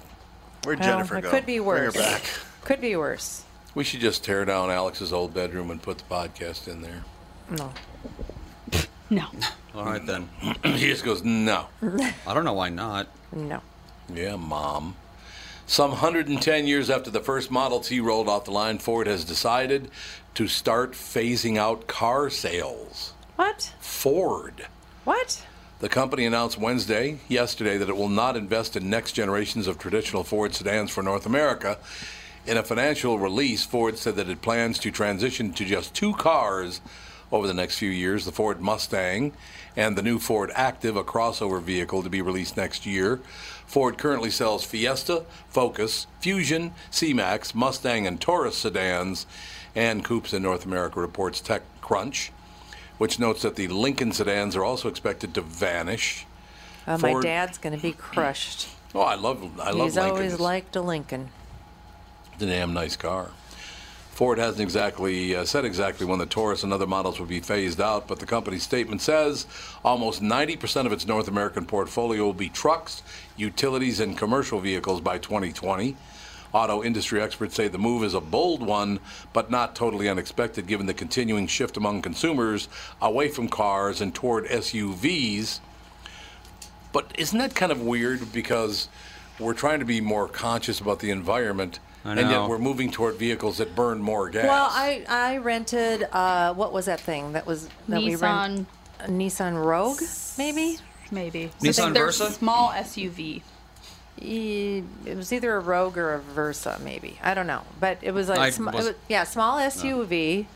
Speaker 6: Where'd
Speaker 2: Well,
Speaker 6: Jennifer
Speaker 2: it
Speaker 6: go?
Speaker 2: could be worse.
Speaker 6: Bring her
Speaker 2: *laughs*
Speaker 6: back.
Speaker 2: Could be worse.
Speaker 7: We should just tear down Alex's old bedroom and put the podcast in there. *clears throat*
Speaker 2: No.
Speaker 3: No.
Speaker 5: All right, then.
Speaker 7: he just goes, no.
Speaker 5: I don't know why not.
Speaker 2: No.
Speaker 7: Yeah, mom. Some 110 years after the first Model T rolled off the line, Ford has decided to start phasing out car sales.
Speaker 2: What?
Speaker 7: Ford.
Speaker 2: What?
Speaker 7: The company announced Wednesday, yesterday, that it will not invest in next generations of traditional Ford sedans for North America. In a financial release, Ford said that it plans to transition to just two cars over the next few years the Ford Mustang and the new Ford Active, a crossover vehicle to be released next year. Ford currently sells Fiesta, Focus, Fusion, C Max, Mustang, and Taurus sedans and coupes in North America, reports TechCrunch which notes that the Lincoln sedans are also expected to vanish.
Speaker 2: Uh, my
Speaker 7: Ford-
Speaker 2: dad's going to be crushed.
Speaker 7: Oh, I love I love
Speaker 2: He's
Speaker 7: Lincolns.
Speaker 2: always liked a Lincoln.
Speaker 7: It's a damn nice car. Ford hasn't exactly uh, said exactly when the Taurus and other models will be phased out, but the company's statement says almost 90% of its North American portfolio will be trucks, utilities, and commercial vehicles by 2020. Auto industry experts say the move is a bold one, but not totally unexpected given the continuing shift among consumers away from cars and toward SUVs. But isn't that kind of weird because we're trying to be more conscious about the environment
Speaker 5: I
Speaker 7: and yet
Speaker 5: know.
Speaker 7: we're moving toward vehicles that burn more gas.
Speaker 2: Well, I, I rented, uh, what was that thing that was that we rented?
Speaker 3: Nissan,
Speaker 2: A Nissan Rogue, maybe?
Speaker 3: maybe.
Speaker 5: Nissan
Speaker 3: they're
Speaker 5: Versa?
Speaker 3: Small SUV.
Speaker 2: E- It was either a Rogue or a Versa, maybe. I don't know. But it was
Speaker 5: I
Speaker 2: like, sm- it
Speaker 5: was-
Speaker 2: was- yeah, small SUV.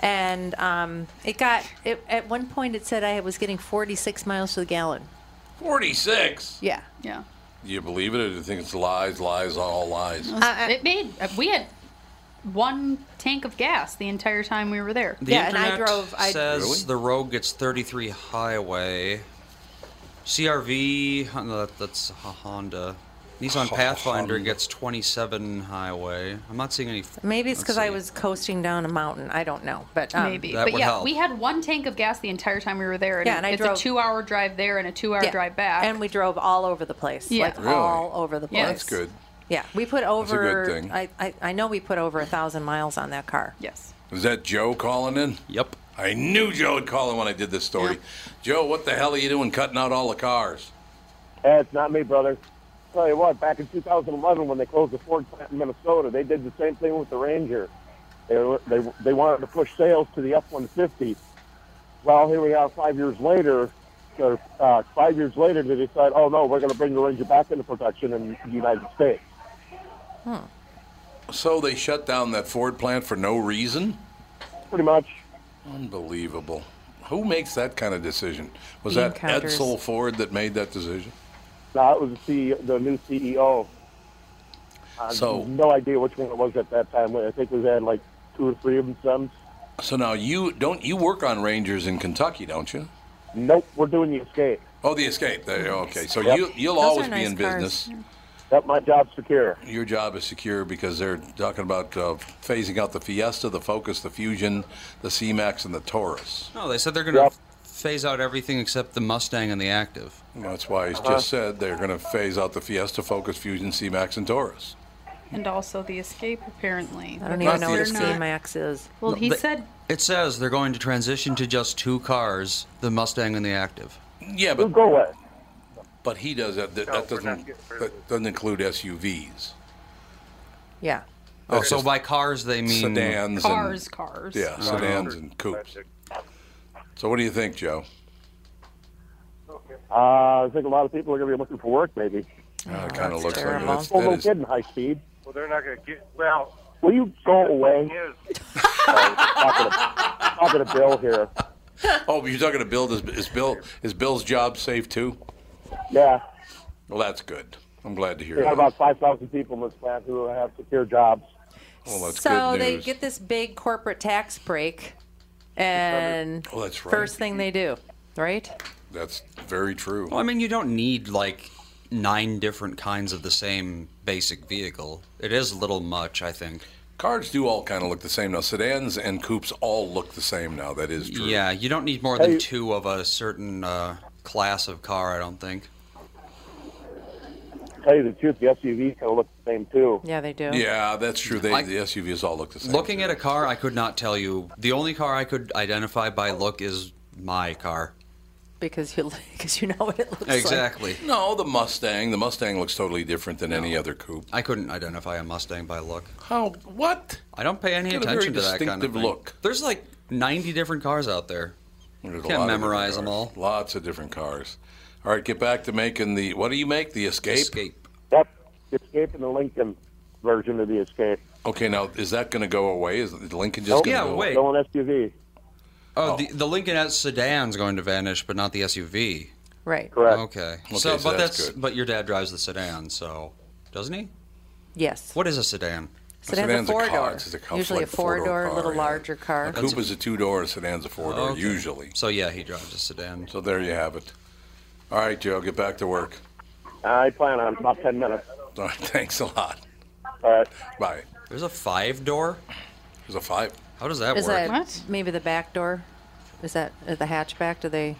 Speaker 2: And um, it got, it, at one point it said I was getting 46 miles to the gallon.
Speaker 7: 46.
Speaker 2: Yeah.
Speaker 3: Yeah.
Speaker 7: Do you believe it or do you think it's lies, lies, all lies?
Speaker 2: Uh,
Speaker 3: it made. We had one tank of gas the entire time we were there.
Speaker 5: The
Speaker 2: Yeah, and I
Speaker 5: internet
Speaker 2: drove- I-
Speaker 5: says
Speaker 7: Really?
Speaker 5: the road gets 33 highway. CRV, Hon- that- that's a Honda. Nissan Pathfinder gets 27 highway. I'm not seeing any.
Speaker 2: Maybe it's
Speaker 5: let's
Speaker 2: because I
Speaker 5: see.
Speaker 2: was coasting down a mountain. I don't know, but um,
Speaker 3: Maybe,
Speaker 5: That
Speaker 3: but
Speaker 5: would
Speaker 3: yeah,
Speaker 5: help.
Speaker 3: we had one tank of gas the entire time we were there, and,
Speaker 2: Yeah, and I
Speaker 3: it's
Speaker 2: drove-
Speaker 3: a two-hour drive there and a two-hour
Speaker 2: yeah.
Speaker 3: drive back.
Speaker 2: and we drove all over the place,
Speaker 3: Yeah.
Speaker 2: like
Speaker 3: Really?
Speaker 2: all over the place.
Speaker 3: Yes.
Speaker 7: That's good.
Speaker 2: Yeah, we put
Speaker 7: a good
Speaker 2: over.
Speaker 7: thing.
Speaker 2: I, I I know we put over a thousand miles on that car.
Speaker 3: yes,
Speaker 7: Was that Joe calling in?
Speaker 5: Yep.
Speaker 7: I knew Joe would call in when I did this story. Joe, what the hell are you doing cutting out all the cars?
Speaker 8: Eh, it's not me, brother. Tell you what, back in 2011, when they closed the Ford plant in Minnesota, they did the same thing with the Ranger. They were, they they wanted to push sales to the F-150. Well, here we are, five years later. Or, uh, five years later, they decide, oh no, we're going to bring the Ranger back into production in the United States.
Speaker 7: So they shut down that Ford plant for no reason?
Speaker 8: Pretty much.
Speaker 7: Unbelievable. Who makes that kind of decision? Was
Speaker 2: Bean
Speaker 7: that
Speaker 2: counters.
Speaker 7: Edsel Ford that made that decision?
Speaker 8: Now it was the, CEO, the new CEO. I
Speaker 7: So-
Speaker 8: have no idea which one it was at that time. I think we had like two or three of them. Some.
Speaker 7: So now you don't you work on Rangers in Kentucky, don't you?
Speaker 8: Nope, we're doing the escape.
Speaker 7: Oh, the Escape. There, okay. So
Speaker 8: Yep.
Speaker 7: you you'll
Speaker 2: Those are
Speaker 7: always be
Speaker 2: nice
Speaker 7: in
Speaker 2: cars.
Speaker 7: business.
Speaker 8: Yep, my job's secure.
Speaker 7: Your job is secure because they're talking about uh, phasing out the Fiesta, the Focus, the Fusion, the C-Max, and the Taurus.
Speaker 5: No, they said they're going to
Speaker 8: Yep.
Speaker 5: phase out everything except the Mustang and the Active.
Speaker 7: That's why he's
Speaker 8: Uh-huh.
Speaker 7: just said they're going to phase out the Fiesta, Focus, Fusion, C-Max, and Taurus.
Speaker 3: and also the escape apparently.
Speaker 2: I don't
Speaker 7: Not
Speaker 2: even know
Speaker 7: the
Speaker 2: what a
Speaker 7: Escape.
Speaker 2: C Max is.
Speaker 3: Well, he
Speaker 5: They-
Speaker 3: said
Speaker 5: It says they're going to transition to just two cars, the Mustang and the Active.
Speaker 7: Yeah,
Speaker 8: We'll
Speaker 7: but
Speaker 8: go with.
Speaker 7: but he does that. That, that doesn't that doesn't include SUVs.
Speaker 2: Yeah.
Speaker 5: Oh, so by cars they mean
Speaker 7: sedans
Speaker 3: cars, cars.
Speaker 7: and yeah, sedans and coupes. So what do you think, Joe?
Speaker 8: Uh, I think a lot of people are going to be looking for work, maybe.
Speaker 7: Uh, it kind of
Speaker 2: that's
Speaker 7: looks
Speaker 2: terrible.
Speaker 7: like it. That's-
Speaker 8: Well,
Speaker 7: that
Speaker 8: no
Speaker 7: is-
Speaker 8: kidding, high speed.
Speaker 9: Well, they're not going to get. Well,
Speaker 8: Will you go
Speaker 9: the
Speaker 8: away?
Speaker 9: thing
Speaker 8: *laughs*
Speaker 9: is,
Speaker 8: talking, to, talking to Bill here.
Speaker 7: Oh, but you're talking to Bill. Is, is Bill is Bill's job safe too?
Speaker 8: Yeah,
Speaker 7: Well, that's good. I'm glad to hear
Speaker 8: we have
Speaker 7: that.
Speaker 8: about 5,000 people in this plant who have secure jobs.
Speaker 7: Oh, well, that's
Speaker 2: so
Speaker 7: good
Speaker 2: they
Speaker 7: news.
Speaker 2: get this big corporate tax break, and
Speaker 7: Oh, that's right.
Speaker 2: first thing they do, right?
Speaker 7: That's very true.
Speaker 5: Well, I mean, you don't need like nine different kinds of the same basic vehicle. It is a little much, I think.
Speaker 7: Cars do all kind of look the same now. Sedans and coupes all look the same now. That is true.
Speaker 5: Yeah, you don't need more
Speaker 8: Hey.
Speaker 5: than two of a certain uh, class of car, I don't think.
Speaker 8: tell you the truth, the SUVs kind of look the same, too.
Speaker 2: Yeah, they do.
Speaker 7: Yeah, that's true. They,
Speaker 5: Like-
Speaker 7: the SUVs all look the same.
Speaker 5: Looking at a car, I could not tell you. The only car I could identify by look is my car.
Speaker 2: Because you *laughs* because you know what it looks like.
Speaker 5: Exactly.
Speaker 7: no, the Mustang. The Mustang looks totally different than any other coupe.
Speaker 5: I couldn't identify a Mustang by look.
Speaker 7: How? What?
Speaker 5: I don't pay any
Speaker 7: Got a very
Speaker 5: attention to that kind of
Speaker 7: distinctive
Speaker 5: thing.
Speaker 7: look.
Speaker 5: There's like 90 different cars out there.
Speaker 7: There's a
Speaker 5: Can't
Speaker 7: lot of different
Speaker 5: memorize them
Speaker 7: cars.
Speaker 5: all.
Speaker 7: Lots of different cars. All right, get back to making the. What do you make? The Escape.
Speaker 5: Escape.
Speaker 8: Yep, Escape and the Lincoln version of the Escape.
Speaker 7: Okay, now is that going to go away? Is is Lincoln just
Speaker 8: Nope.
Speaker 7: going to
Speaker 5: Oh, Yeah,
Speaker 7: go
Speaker 5: wait.
Speaker 7: away?
Speaker 8: No an SUV,
Speaker 5: Oh, The, the Lincoln S sedan's going to vanish, but not the SUV.
Speaker 2: Right.
Speaker 8: correct.
Speaker 5: Okay.
Speaker 7: so
Speaker 5: so, but
Speaker 7: that's
Speaker 5: that's,
Speaker 7: good.
Speaker 5: but your dad drives the sedan, so doesn't he?
Speaker 2: Yes.
Speaker 5: What is a sedan?
Speaker 2: So that's
Speaker 7: sedan's a car.
Speaker 2: four door.
Speaker 7: It's a car-
Speaker 2: Usually
Speaker 7: like
Speaker 2: a four door,
Speaker 7: car,
Speaker 2: little
Speaker 7: yeah.
Speaker 2: larger car.
Speaker 7: A coupe is a two-door, a sedan's a four-door,
Speaker 5: okay.
Speaker 7: usually.
Speaker 5: So yeah, he drives a sedan.
Speaker 7: So there you have it. All right, Joe, get back to work.
Speaker 8: I plan on about 10 minutes.
Speaker 7: All right, *laughs* thanks a lot.
Speaker 8: All right.
Speaker 7: Bye.
Speaker 5: There's a five door.
Speaker 7: There's a five.
Speaker 5: How does that
Speaker 2: Is
Speaker 5: work?
Speaker 2: that
Speaker 3: What?
Speaker 2: maybe the back door? Is that is the hatchback? Do they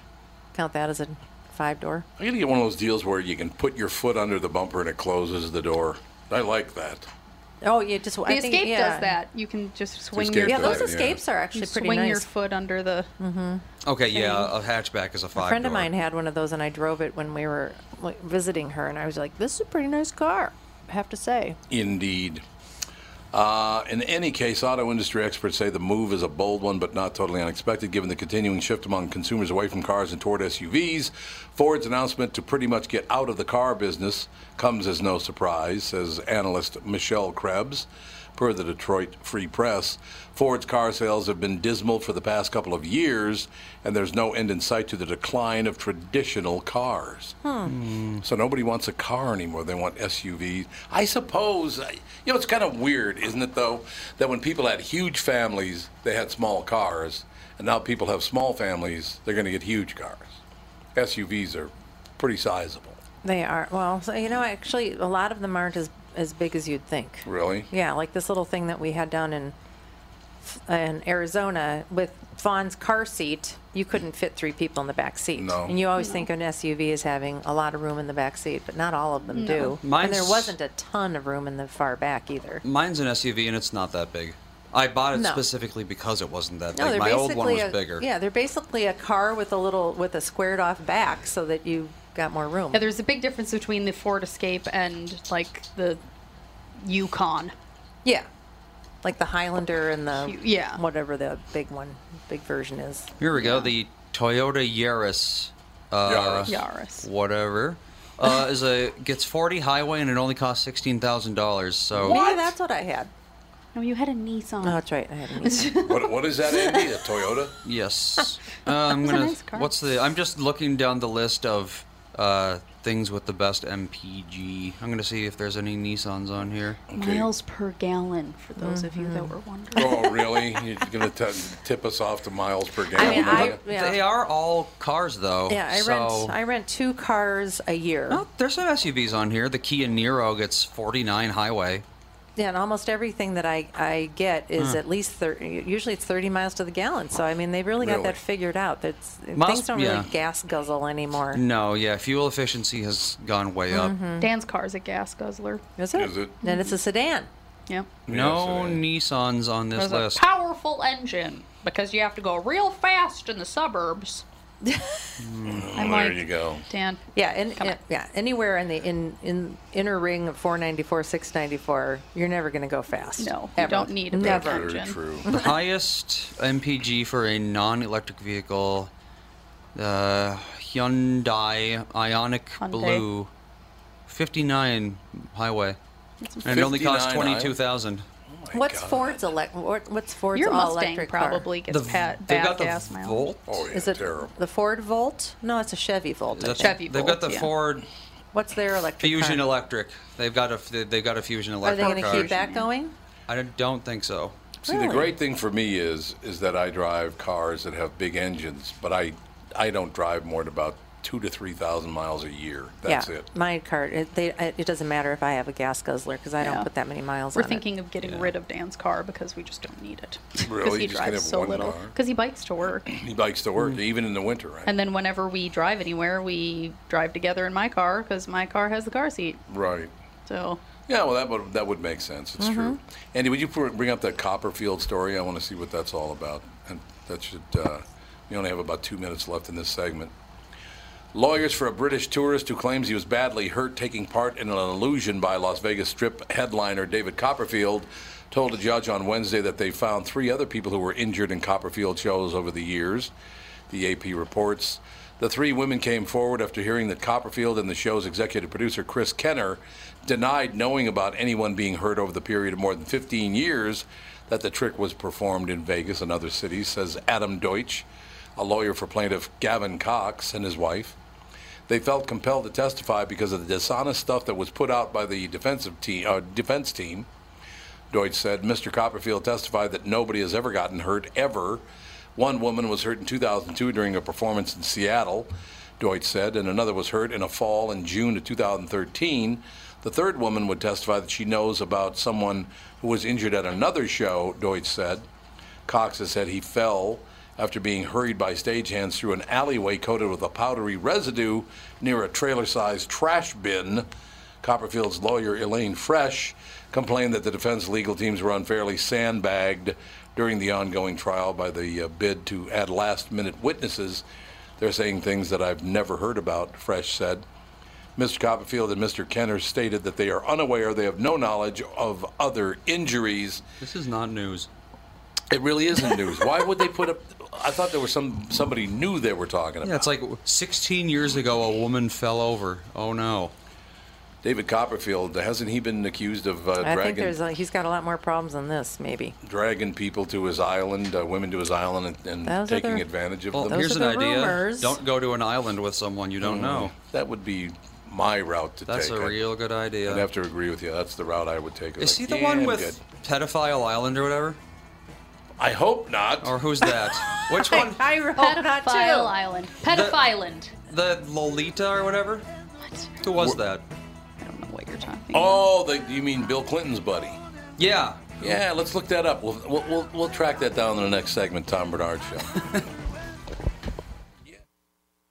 Speaker 2: count that as a five door?
Speaker 7: I gotta get one of those deals where you can put your foot under the bumper and it closes the door. I like that.
Speaker 2: Oh, yeah, just
Speaker 3: The
Speaker 2: I think,
Speaker 3: escape
Speaker 2: yeah.
Speaker 3: does that. You can just swing
Speaker 7: Escape
Speaker 3: your
Speaker 2: Yeah,
Speaker 3: foot,
Speaker 7: does
Speaker 2: those
Speaker 7: Yeah.
Speaker 2: escapes are actually pretty
Speaker 3: swing
Speaker 2: nice. Mm.
Speaker 3: your foot under the.
Speaker 5: okay, yeah, a hatchback is a five.
Speaker 2: A friend of
Speaker 5: door.
Speaker 2: mine had one of those, and I drove it when we were like, visiting her, and I was like, "This is a pretty nice car." I have to say,
Speaker 7: Indeed. Uh, in any case, auto industry experts say the move is a bold one, but not totally unexpected given the continuing shift among consumers away from cars and toward SUVs. Ford's announcement to pretty much get out of the car business comes as no surprise, says analyst Michelle Krebs. Per the Detroit Free Press, Ford's car sales have been dismal for the past couple of years, and there's no end in sight to the decline of traditional cars. So nobody wants a car anymore. They want SUVs. I suppose, I- you know, it's kind of weird, isn't it, though, that when people had huge families, they had small cars, and now people have small families, they're going to get huge cars. SUVs are pretty sizable.
Speaker 2: They are. Well, so, you know, actually, a lot of them aren't as, as big as you'd think.
Speaker 7: Really?
Speaker 2: Yeah, like this little thing that we had down in in Arizona with Fawn's car seat, you couldn't fit three people in the back seat.
Speaker 7: No.
Speaker 2: And you always think of an SUV as having a lot of room in the back seat, but not all of them do. and there
Speaker 5: Mine's-
Speaker 2: wasn't a ton of room in the far back either.
Speaker 5: Mine's an SUV and it's not that big. I bought it
Speaker 2: No.
Speaker 5: specifically because it wasn't that big.
Speaker 2: No, they're
Speaker 5: My
Speaker 2: basically
Speaker 5: old one was
Speaker 2: a,
Speaker 5: bigger.
Speaker 2: Yeah, they're basically a car with a little with a squared off back so that you got more room.
Speaker 3: Yeah, uh, there's a big difference between the Ford Escape and like the Yukon.
Speaker 2: yeah. Like the Highlander and the
Speaker 3: Hu- yeah.
Speaker 2: whatever the big one, big version is.
Speaker 5: Here we go. The Toyota Yaris. Uh,
Speaker 7: Yaris.
Speaker 3: Yaris.
Speaker 5: Whatever. Uh, is a gets 40 highway and it only costs sixteen thousand dollars. So
Speaker 2: Maybe that's what I had.
Speaker 3: No, you had a Nissan.
Speaker 2: Oh, that's right. I
Speaker 5: *laughs*
Speaker 2: had a Nissan.
Speaker 7: What, what
Speaker 2: *laughs*
Speaker 7: is that, Andy? A Toyota?
Speaker 5: yes, uh, I'm
Speaker 3: It's a
Speaker 5: gonna.
Speaker 3: nice car.
Speaker 5: What's the? I'm just looking down the list of uh, things with the best MPG. I'm gonna see if there's any Nissans on here.
Speaker 7: Okay.
Speaker 3: Miles per gallon for those of you that were wondering.
Speaker 7: Oh, really? You're going to tip us off to miles per gallon?
Speaker 2: I mean,
Speaker 7: are
Speaker 2: I
Speaker 7: ya?
Speaker 2: yeah,
Speaker 5: They are all cars though.
Speaker 2: yeah. I
Speaker 5: so-
Speaker 2: rent I rent two cars a year.
Speaker 5: Oh, there's some SUVs on here. The Kia Niro gets 49 highway.
Speaker 2: Yeah, and almost everything that I I get
Speaker 5: Hmm.
Speaker 2: is at least thirty. Usually it's thirty miles to the gallon. So I mean, they really got
Speaker 7: Really?
Speaker 2: that figured out. That's
Speaker 5: Miles-
Speaker 2: things don't
Speaker 5: yeah.
Speaker 2: really gas guzzle anymore.
Speaker 5: No, yeah, fuel efficiency has gone way up.
Speaker 2: Mm-hmm.
Speaker 3: Dan's car's a gas guzzler.
Speaker 2: Is it?
Speaker 7: Is it?
Speaker 2: Then it's a sedan.
Speaker 3: Yep.
Speaker 5: No
Speaker 7: Yes, it
Speaker 5: Nissans on this
Speaker 3: There's a
Speaker 5: list.
Speaker 3: powerful engine because you have to go real fast in the *laughs* suburbs. I'm
Speaker 7: Mm, There
Speaker 3: like,
Speaker 7: you go.
Speaker 3: Dan,
Speaker 2: Yeah, and
Speaker 3: Come on.
Speaker 2: yeah, anywhere in the in in inner ring of 494, 694, you're never going to go fast.
Speaker 3: no, you
Speaker 2: Ever.
Speaker 3: don't need a big
Speaker 2: never.
Speaker 7: Very
Speaker 3: engine.
Speaker 7: true.
Speaker 5: The highest MPG for a non-electric vehicle, the Hyundai Ionic
Speaker 3: Hyundai.
Speaker 5: Blue, 59 highway, and it only costs
Speaker 7: 59 highway?
Speaker 5: 22,000.
Speaker 2: What's Ford's elect? what- What's Ford's
Speaker 3: Your
Speaker 2: all
Speaker 3: Mustang
Speaker 2: electric car?
Speaker 3: probably gets
Speaker 5: The
Speaker 3: pat,
Speaker 5: they've
Speaker 3: bad
Speaker 5: got the
Speaker 3: gas mileage.
Speaker 5: Volt.
Speaker 7: Oh, yeah,
Speaker 2: Is it
Speaker 7: terrible.
Speaker 2: the Ford Volt? No, it's a Chevy Volt. I
Speaker 5: That's-
Speaker 2: think.
Speaker 3: Chevy
Speaker 5: they've
Speaker 3: Volt,
Speaker 5: got the
Speaker 3: yeah.
Speaker 5: Ford
Speaker 2: What's their electric
Speaker 5: Fusion
Speaker 2: car?
Speaker 5: Electric. They've got a they've got a Fusion
Speaker 2: Are they
Speaker 5: Electric
Speaker 2: going to
Speaker 5: car.
Speaker 2: keep that going?
Speaker 5: I don't think so.
Speaker 7: See, the great thing for me is is that I drive cars that have big engines, but I I don't drive more than about two to three thousand miles a year. That's
Speaker 2: yeah,
Speaker 7: it.
Speaker 2: my car. It, they, I- it doesn't matter if I have a gas guzzler because I
Speaker 3: Yeah.
Speaker 2: don't put that many miles
Speaker 3: We're
Speaker 2: on
Speaker 3: thinking of getting rid of Dan's car because we just don't need it. Because
Speaker 7: *laughs* Really?
Speaker 3: he
Speaker 7: Just gonna
Speaker 3: drives
Speaker 7: have
Speaker 3: so
Speaker 7: one
Speaker 3: little.
Speaker 7: car?
Speaker 3: Because he bikes to
Speaker 7: *clears throat*
Speaker 3: work.
Speaker 7: He likes to
Speaker 2: Mm.
Speaker 7: work, even in the winter, right?
Speaker 3: And then whenever we drive anywhere, we drive together in my car because my car has the car seat.
Speaker 7: right.
Speaker 3: So
Speaker 7: Yeah, well, that would that would make sense. It's true.
Speaker 2: Mm-hmm.
Speaker 7: Andy, would you pr- bring up that Copperfield story? I want to see what that's all about. And that should. Uh, we only have about two minutes left in this segment. Lawyers for a British tourist who claims he was badly hurt taking part in an illusion by Las Vegas Strip headliner David Copperfield told a judge on Wednesday that they found three other people who were injured in Copperfield shows over the years, the AP reports. The three women came forward after hearing that Copperfield and the show's executive producer Chris Kenner denied knowing about anyone being hurt over the period of more than 15 years that the trick was performed in Vegas and other cities, says Adam Deutsch, a lawyer for plaintiff Gavin Cox and his wife. They felt compelled to testify because of the dishonest stuff that was put out by the defensive team, uh, defense team. Deutsch said Mr. Copperfield testified that nobody has ever gotten hurt, ever. One woman was hurt in 2002 during a performance in Seattle, Deutsch said, and another was hurt in a fall in June of 2013. The third woman would testify that she knows about someone who was injured at another show, Deutsch said. Cox has said he fell after being hurried by stagehands through an alleyway coated with a powdery residue near a trailer sized trash bin. Copperfield's lawyer, Elaine Fresh, complained that the defense legal teams were unfairly sandbagged during the ongoing trial by the uh, bid to add last minute witnesses. They're saying things that I've never heard about, Fresh said. Mr. Copperfield and Mr. Kenner stated that they are unaware, they have no knowledge of other injuries.
Speaker 5: This is not news.
Speaker 7: It really isn't news. Why would they put up? I thought there was some somebody knew they were talking about.
Speaker 5: Yeah, it's like 16 years ago, a woman fell over. Oh no.
Speaker 7: David Copperfield. Hasn't he been accused of uh,
Speaker 2: I think
Speaker 7: dragging
Speaker 2: there's a, he's got a lot more problems than this. Maybe
Speaker 7: dragging people to his island, uh, women to his island, and, and
Speaker 2: Those
Speaker 7: taking
Speaker 2: other-
Speaker 7: advantage of
Speaker 5: Well,
Speaker 7: them?
Speaker 5: here's
Speaker 2: are
Speaker 5: an
Speaker 2: the
Speaker 5: idea.
Speaker 2: rumors.
Speaker 5: Don't go to an island with someone you don't know.
Speaker 7: That would be my route to
Speaker 5: That's
Speaker 7: Mm. take.
Speaker 5: a
Speaker 7: I'd-
Speaker 5: real good idea.
Speaker 7: I'd have to agree with you. That's the route I would take.
Speaker 5: Is he
Speaker 7: Like,
Speaker 5: the
Speaker 7: yeah,
Speaker 5: one
Speaker 7: I'm
Speaker 5: with
Speaker 7: good.
Speaker 5: Pedophile Island or whatever?
Speaker 7: I hope not.
Speaker 5: Or who's that? Which one?
Speaker 2: *laughs* Oh, I wrote
Speaker 7: Oh,
Speaker 3: Pedophile Island. Pedophiland.
Speaker 5: The Lolita or whatever?
Speaker 3: What?
Speaker 5: Who was that?
Speaker 3: I don't know what you're talking about.
Speaker 7: Oh, the, you mean Bill Clinton's buddy?
Speaker 5: Yeah.
Speaker 7: Yeah, let's look that up. We'll, we'll, we'll, we'll track that down in the next segment, Tom Bernard Show.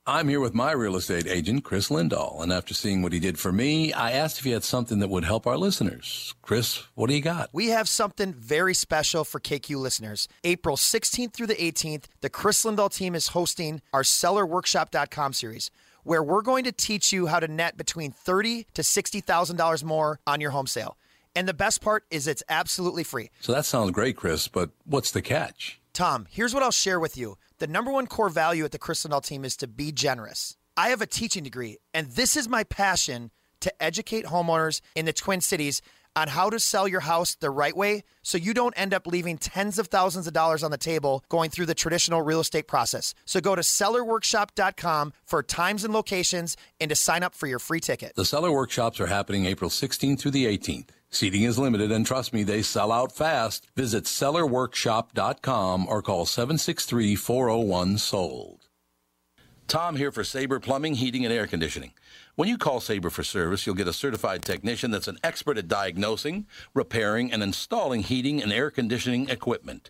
Speaker 7: I'm here with my real estate agent, Chris Lindahl, and after seeing what he did for me, I asked if he had something that would help our listeners. Chris, what do you got?
Speaker 10: We have something very special for KQ listeners. April 16th through the 18th, the Chris Lindahl team is hosting our sellerworkshop.com series where we're going to teach you how to net between 30 to $60,000 more on your home sale. And the best part is it's absolutely free.
Speaker 7: So that sounds great, Chris, but what's the catch?
Speaker 10: Tom, here's what I'll share with you. The number one core value at the Crystal team is to be generous. I have a teaching degree, and this is my passion to educate homeowners in the Twin Cities on how to sell your house the right way so you don't end up leaving tens of thousands of dollars on the table going through the traditional real estate process. So go to sellerworkshop.com for times and locations and to sign up for your free ticket.
Speaker 7: The seller workshops are happening April 16th through the 18th. Seating is limited, and trust me, they sell out fast. Visit sellerworkshop.com or call 763 401 SOLD. Tom here for Sabre Plumbing, Heating, and Air Conditioning. When you call Sabre for service, you'll get a certified technician that's an expert at diagnosing, repairing, and installing heating and air conditioning equipment.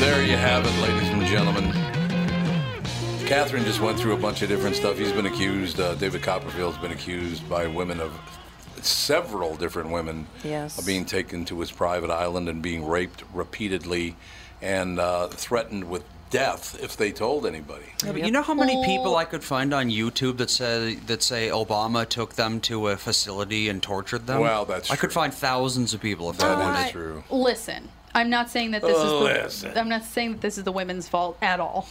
Speaker 7: There you have it, ladies and gentlemen. Catherine just went through a bunch of different stuff. He's been accused. Uh, David Copperfield's been accused by women of several different women
Speaker 2: Yes.
Speaker 7: of being taken to his private island and being raped repeatedly and uh, threatened with death if they told anybody.
Speaker 5: Yeah, but you know how many people I could find on YouTube that say that say Obama took them to a facility and tortured them?
Speaker 7: Well, that's
Speaker 5: I
Speaker 7: true.
Speaker 5: could find thousands of people if
Speaker 7: That
Speaker 5: I
Speaker 7: is
Speaker 5: wanted.
Speaker 3: I-
Speaker 7: true.
Speaker 3: Listen, I'm not saying that this is
Speaker 7: Listen.
Speaker 3: the, I'm not saying that this is the women's fault at all.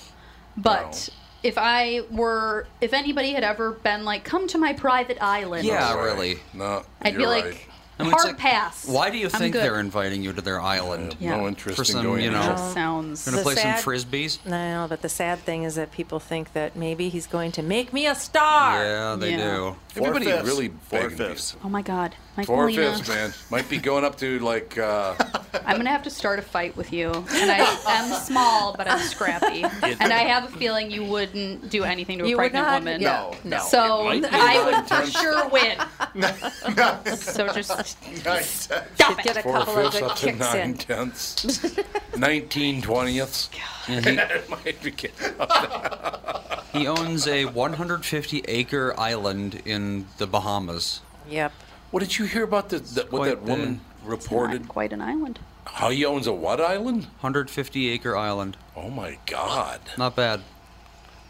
Speaker 3: But if I were if anybody had ever been like come to my private island.
Speaker 5: Yeah,
Speaker 7: Right.
Speaker 5: really.
Speaker 7: No,
Speaker 3: I'd
Speaker 7: you're
Speaker 3: be like
Speaker 7: right.
Speaker 5: I mean, it's
Speaker 3: hard
Speaker 5: like,
Speaker 3: pass.
Speaker 5: Why do you
Speaker 3: I'm
Speaker 5: think
Speaker 3: good."
Speaker 5: they're inviting you to their island?
Speaker 3: Yeah.
Speaker 7: No interest
Speaker 5: For
Speaker 7: in
Speaker 5: some,
Speaker 7: going
Speaker 5: you
Speaker 7: to
Speaker 5: know-
Speaker 7: jail.
Speaker 3: That sounds
Speaker 5: Gonna
Speaker 2: The
Speaker 5: play some
Speaker 2: sad-
Speaker 5: frisbees?
Speaker 2: No, but the sad thing is that people think that maybe he's going to make me a star.
Speaker 5: Yeah, they
Speaker 3: Yeah.
Speaker 5: do.
Speaker 7: Everybody
Speaker 6: Four-fifths.
Speaker 7: really begging
Speaker 6: Four-fifths.
Speaker 7: people.
Speaker 3: Oh my god. My
Speaker 7: Four
Speaker 3: Polina,
Speaker 7: fifths, man. Might be going up to like. Uh,
Speaker 3: I'm gonna have to start a fight with you. And *laughs* I am small, but I'm *laughs* scrappy. and I have a feeling you wouldn't do anything to a
Speaker 2: You would
Speaker 3: pregnant
Speaker 2: not-
Speaker 3: woman.
Speaker 2: yeah, No, no.
Speaker 3: So
Speaker 7: It might be
Speaker 3: I
Speaker 7: about
Speaker 3: would for *laughs*
Speaker 7: intense.
Speaker 3: sure win. so just
Speaker 6: Nice.
Speaker 3: stop
Speaker 2: Get a
Speaker 3: it.
Speaker 7: Four
Speaker 2: couple of
Speaker 7: fifths
Speaker 2: good
Speaker 7: up to
Speaker 2: kicks
Speaker 7: nine *laughs*
Speaker 2: in.
Speaker 7: tenths, nineteen twentieths. it might be getting up.
Speaker 5: He owns a 150 acre island in the Bahamas.
Speaker 2: Yep.
Speaker 7: What did you hear about the, the what
Speaker 5: quite
Speaker 7: that woman reported?
Speaker 3: Not quite an island.
Speaker 7: How he owns a what island?
Speaker 5: 150 acre island.
Speaker 7: Oh my God!
Speaker 5: Not bad.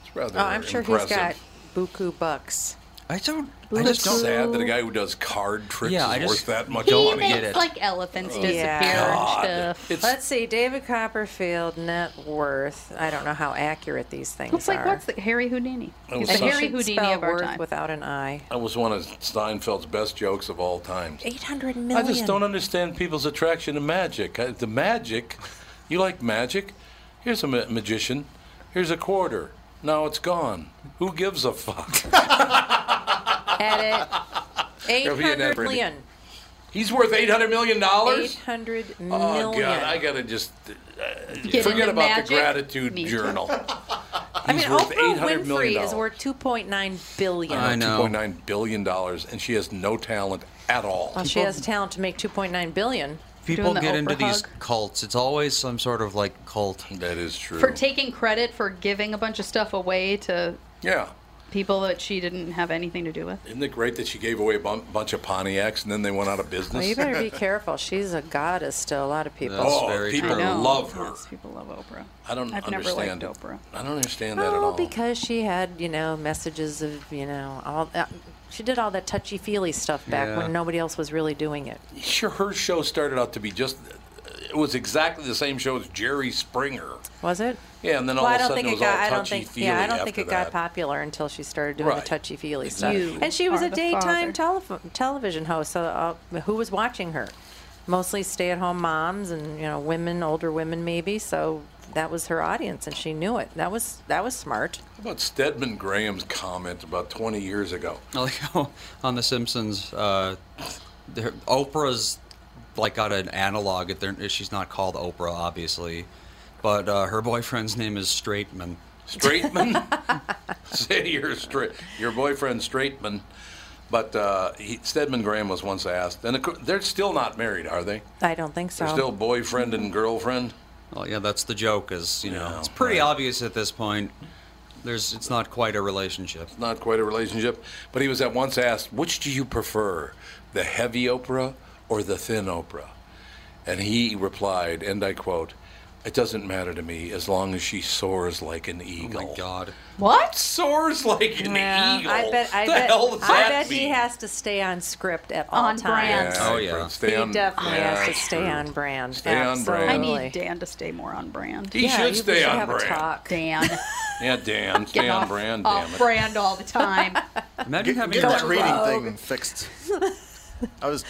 Speaker 7: It's rather
Speaker 2: Oh, I'm sure
Speaker 7: impressive.
Speaker 2: he's got buku bucks.
Speaker 5: I don't. I just
Speaker 7: It's
Speaker 5: don't.
Speaker 7: sad that a guy who does card tricks
Speaker 5: Yeah, I
Speaker 7: is worth
Speaker 5: just
Speaker 7: that much
Speaker 3: He
Speaker 7: money.
Speaker 3: makes
Speaker 5: it.
Speaker 3: like elephants disappear
Speaker 2: Yeah.
Speaker 7: God.
Speaker 3: and stuff.
Speaker 7: It's-
Speaker 2: Let's see, David Copperfield net worth. I don't know how accurate these things
Speaker 3: It's like
Speaker 2: are.
Speaker 3: what's the Harry Houdini? He's
Speaker 7: It was
Speaker 3: the
Speaker 2: And you
Speaker 7: such-
Speaker 3: Harry
Speaker 2: should
Speaker 3: Houdini
Speaker 2: spell
Speaker 3: of our
Speaker 2: worth
Speaker 3: time.
Speaker 2: without an I.
Speaker 7: That was one of Steinfeld's best jokes of all time.
Speaker 2: 800
Speaker 7: I
Speaker 2: million.
Speaker 7: just don't understand people's attraction to magic. I, the magic, you like magic? Here's a ma- magician. Here's a quarter. Now it's gone. Who gives a fuck? *laughs*
Speaker 2: Edit.
Speaker 7: There'll be an
Speaker 2: 800
Speaker 7: effort.
Speaker 2: million.
Speaker 7: He's worth eight hundred million dollars.
Speaker 2: 800 million.
Speaker 7: Oh God! I gotta just uh,
Speaker 3: Get into
Speaker 7: forget about
Speaker 3: magic?
Speaker 7: the gratitude
Speaker 3: Me too.
Speaker 2: *laughs*
Speaker 7: journal.
Speaker 2: I mean,
Speaker 7: He's worth
Speaker 2: Oprah
Speaker 7: $800 million.
Speaker 2: Winfrey is worth 2.9 billion.
Speaker 5: I
Speaker 7: Two
Speaker 5: know.
Speaker 7: point nine billion dollars, and she has no talent at all.
Speaker 2: Well, she has talent to make 2.9 billion.
Speaker 5: People
Speaker 3: Doing the
Speaker 5: get into
Speaker 3: Oprah
Speaker 5: these
Speaker 3: hug.
Speaker 5: cults. It's always some sort of like cult. *laughs*
Speaker 7: that is true.
Speaker 3: For taking credit for giving a bunch of stuff away to
Speaker 7: yeah.
Speaker 3: people that she didn't have anything to do with.
Speaker 7: Isn't it great that she gave away a bun- bunch of Pontiacs and then they went out of business?
Speaker 2: Well, you better
Speaker 7: *laughs*
Speaker 2: be careful. She's a goddess still. A lot of people.
Speaker 5: That's
Speaker 7: Oh,
Speaker 5: very
Speaker 7: people
Speaker 5: true.
Speaker 3: I know.
Speaker 7: love her.
Speaker 3: Yes, people love Oprah.
Speaker 7: I don't
Speaker 3: I've
Speaker 7: understand.
Speaker 3: never liked Oprah.
Speaker 7: I don't understand that at
Speaker 2: Oh,
Speaker 7: all.
Speaker 2: because she had, you know, messages of, you know, all that. She did all that touchy feely stuff back
Speaker 5: Yeah.
Speaker 2: when nobody else was really doing it.
Speaker 7: sure, her show started out to be just it was exactly the same show as Jerry Springer.
Speaker 2: Was it?
Speaker 7: Yeah, and then all
Speaker 2: well,
Speaker 7: of a
Speaker 2: I don't
Speaker 7: sudden
Speaker 2: think
Speaker 7: it
Speaker 2: it
Speaker 7: was
Speaker 2: got.
Speaker 7: all
Speaker 2: I don't
Speaker 7: touchy
Speaker 2: think.
Speaker 7: feely
Speaker 2: Yeah, I don't
Speaker 7: after
Speaker 2: think it
Speaker 7: that.
Speaker 2: got popular until she started doing
Speaker 7: Right.
Speaker 2: the touchy feely
Speaker 7: Exactly.
Speaker 2: stuff. And she was
Speaker 3: are
Speaker 2: a
Speaker 3: the
Speaker 2: daytime
Speaker 3: father.
Speaker 2: telef- television host, so uh, who was watching her? Mostly stay-at-home moms and you know women, older women maybe. So that was her audience, and she knew it. That was that was smart.
Speaker 7: How about Stedman Graham's comment about 20 years ago?
Speaker 5: I like how on The Simpsons, uh, there- Oprah's like got an analog. At their, she's not called Oprah, obviously, but uh, her boyfriend's name is Straightman.
Speaker 7: Straightman? *laughs* Say your straight, your boyfriend Straightman. But uh, he, Stedman Graham was once asked, and of cour- they're still not married, are they?
Speaker 2: I don't think so.
Speaker 7: They're still boyfriend and girlfriend.
Speaker 5: Well, yeah, that's the joke. Is you know,
Speaker 7: Yeah,
Speaker 5: it's pretty
Speaker 7: right.
Speaker 5: obvious at this point. There's, it's not quite a relationship.
Speaker 7: Not quite a relationship. But he was at once asked, which do you prefer, the heavy Oprah or the thin Oprah? And he replied, and I quote, it doesn't matter to me as long as she soars like an eagle.
Speaker 5: Oh my God.
Speaker 3: What?
Speaker 7: Soars like an
Speaker 2: Yeah,
Speaker 7: eagle.
Speaker 2: I bet. I
Speaker 7: *laughs* the
Speaker 2: bet.
Speaker 7: hell does
Speaker 2: I
Speaker 7: that
Speaker 2: bet he
Speaker 7: mean?
Speaker 2: has to stay on script at all
Speaker 3: On
Speaker 2: times.
Speaker 3: brand.
Speaker 7: Yeah,
Speaker 5: Oh,
Speaker 7: I agree.
Speaker 5: yeah.
Speaker 7: Stay
Speaker 2: He
Speaker 7: on,
Speaker 2: definitely
Speaker 7: yeah,
Speaker 2: has to
Speaker 7: that's
Speaker 2: stay
Speaker 7: true.
Speaker 2: on brand.
Speaker 7: Stay on brand.
Speaker 3: I
Speaker 2: Absolutely.
Speaker 3: need Dan to stay more on brand.
Speaker 7: He
Speaker 2: yeah,
Speaker 7: should
Speaker 2: you- we
Speaker 7: stay
Speaker 2: should
Speaker 7: on
Speaker 2: have
Speaker 7: brand.
Speaker 2: A talk.
Speaker 7: *laughs*
Speaker 3: Dan.
Speaker 7: Yeah, Dan,
Speaker 3: Get
Speaker 7: stay on
Speaker 3: off-
Speaker 7: brand,
Speaker 3: off
Speaker 7: damn it.
Speaker 3: brand all the
Speaker 7: *laughs*
Speaker 3: time. Oh,
Speaker 5: Imagine
Speaker 6: Get,
Speaker 5: having
Speaker 6: get
Speaker 5: your-
Speaker 6: that reading thing fixed. I was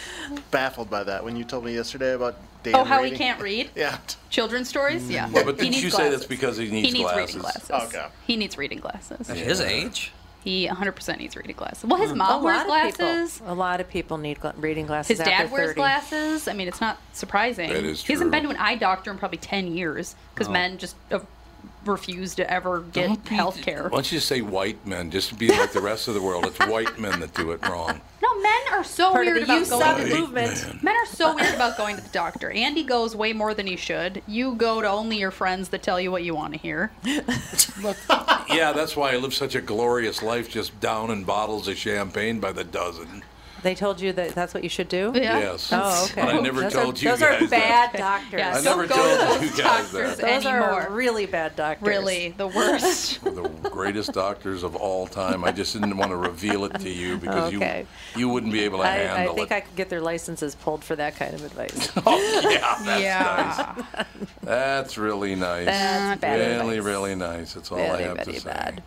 Speaker 6: baffled by that when you told me yesterday about Dan
Speaker 3: oh, how he
Speaker 6: reading.
Speaker 3: can't read?
Speaker 6: Yeah.
Speaker 3: Children's stories? Yeah.
Speaker 7: Well, but
Speaker 3: He
Speaker 7: didn't
Speaker 3: needs
Speaker 7: you say that's because he needs
Speaker 3: He needs reading
Speaker 7: glasses?
Speaker 3: glasses.
Speaker 6: Okay.
Speaker 3: He needs reading glasses.
Speaker 5: at his age.
Speaker 3: He 100% needs reading glasses. Well, his mom
Speaker 2: Hmm. a
Speaker 3: wears
Speaker 2: lot
Speaker 3: glasses.
Speaker 2: of people. A lot of people need gla- reading glasses.
Speaker 3: His dad
Speaker 2: after
Speaker 3: wears
Speaker 2: 30.
Speaker 3: glasses. I mean, it's not surprising.
Speaker 7: That is
Speaker 3: He hasn't
Speaker 7: true.
Speaker 3: been to an eye doctor in probably 10 years because men just uh, refuse to ever get health care.
Speaker 7: Why don't you just say white men, just to be like the rest of the world? It's white men that do it wrong.
Speaker 3: No, men are so
Speaker 2: Part of
Speaker 3: weird
Speaker 2: the
Speaker 3: about
Speaker 2: youth
Speaker 3: going
Speaker 2: suck
Speaker 3: to
Speaker 7: White
Speaker 2: movement.
Speaker 7: men.
Speaker 3: Men are so weird about going to the doctor. Andy goes way more than he should. You go to only your friends that tell you what you want to hear.
Speaker 7: Yeah, that's why I live such a glorious life, just down in bottles of champagne by the dozen.
Speaker 2: They told you that that's what you should do.
Speaker 3: Yeah.
Speaker 7: Yes.
Speaker 2: Oh, okay.
Speaker 7: But I never
Speaker 2: those
Speaker 7: told
Speaker 2: are,
Speaker 7: you
Speaker 2: Those
Speaker 7: guys
Speaker 2: are bad
Speaker 7: that.
Speaker 2: doctors.
Speaker 3: *laughs* Yeah,
Speaker 7: I
Speaker 3: don't
Speaker 7: never
Speaker 3: go
Speaker 7: told
Speaker 3: to those
Speaker 7: you guys
Speaker 3: doctors
Speaker 7: that.
Speaker 2: those
Speaker 3: anymore.
Speaker 2: are really bad doctors.
Speaker 3: Really, the worst.
Speaker 7: the greatest doctors of all time. I just didn't want to reveal it to you because
Speaker 2: Okay.
Speaker 7: you you wouldn't be able to
Speaker 2: I,
Speaker 7: handle
Speaker 2: I think
Speaker 7: *laughs* it.
Speaker 2: I could get their licenses pulled for that kind of advice.
Speaker 7: Oh, yeah, *laughs* that's nice.
Speaker 3: yeah.
Speaker 7: That's really nice.
Speaker 2: That's bad
Speaker 7: really,
Speaker 2: advice.
Speaker 7: really nice. That's *laughs* all I
Speaker 2: Very,
Speaker 7: have
Speaker 2: very
Speaker 7: to say.
Speaker 2: bad.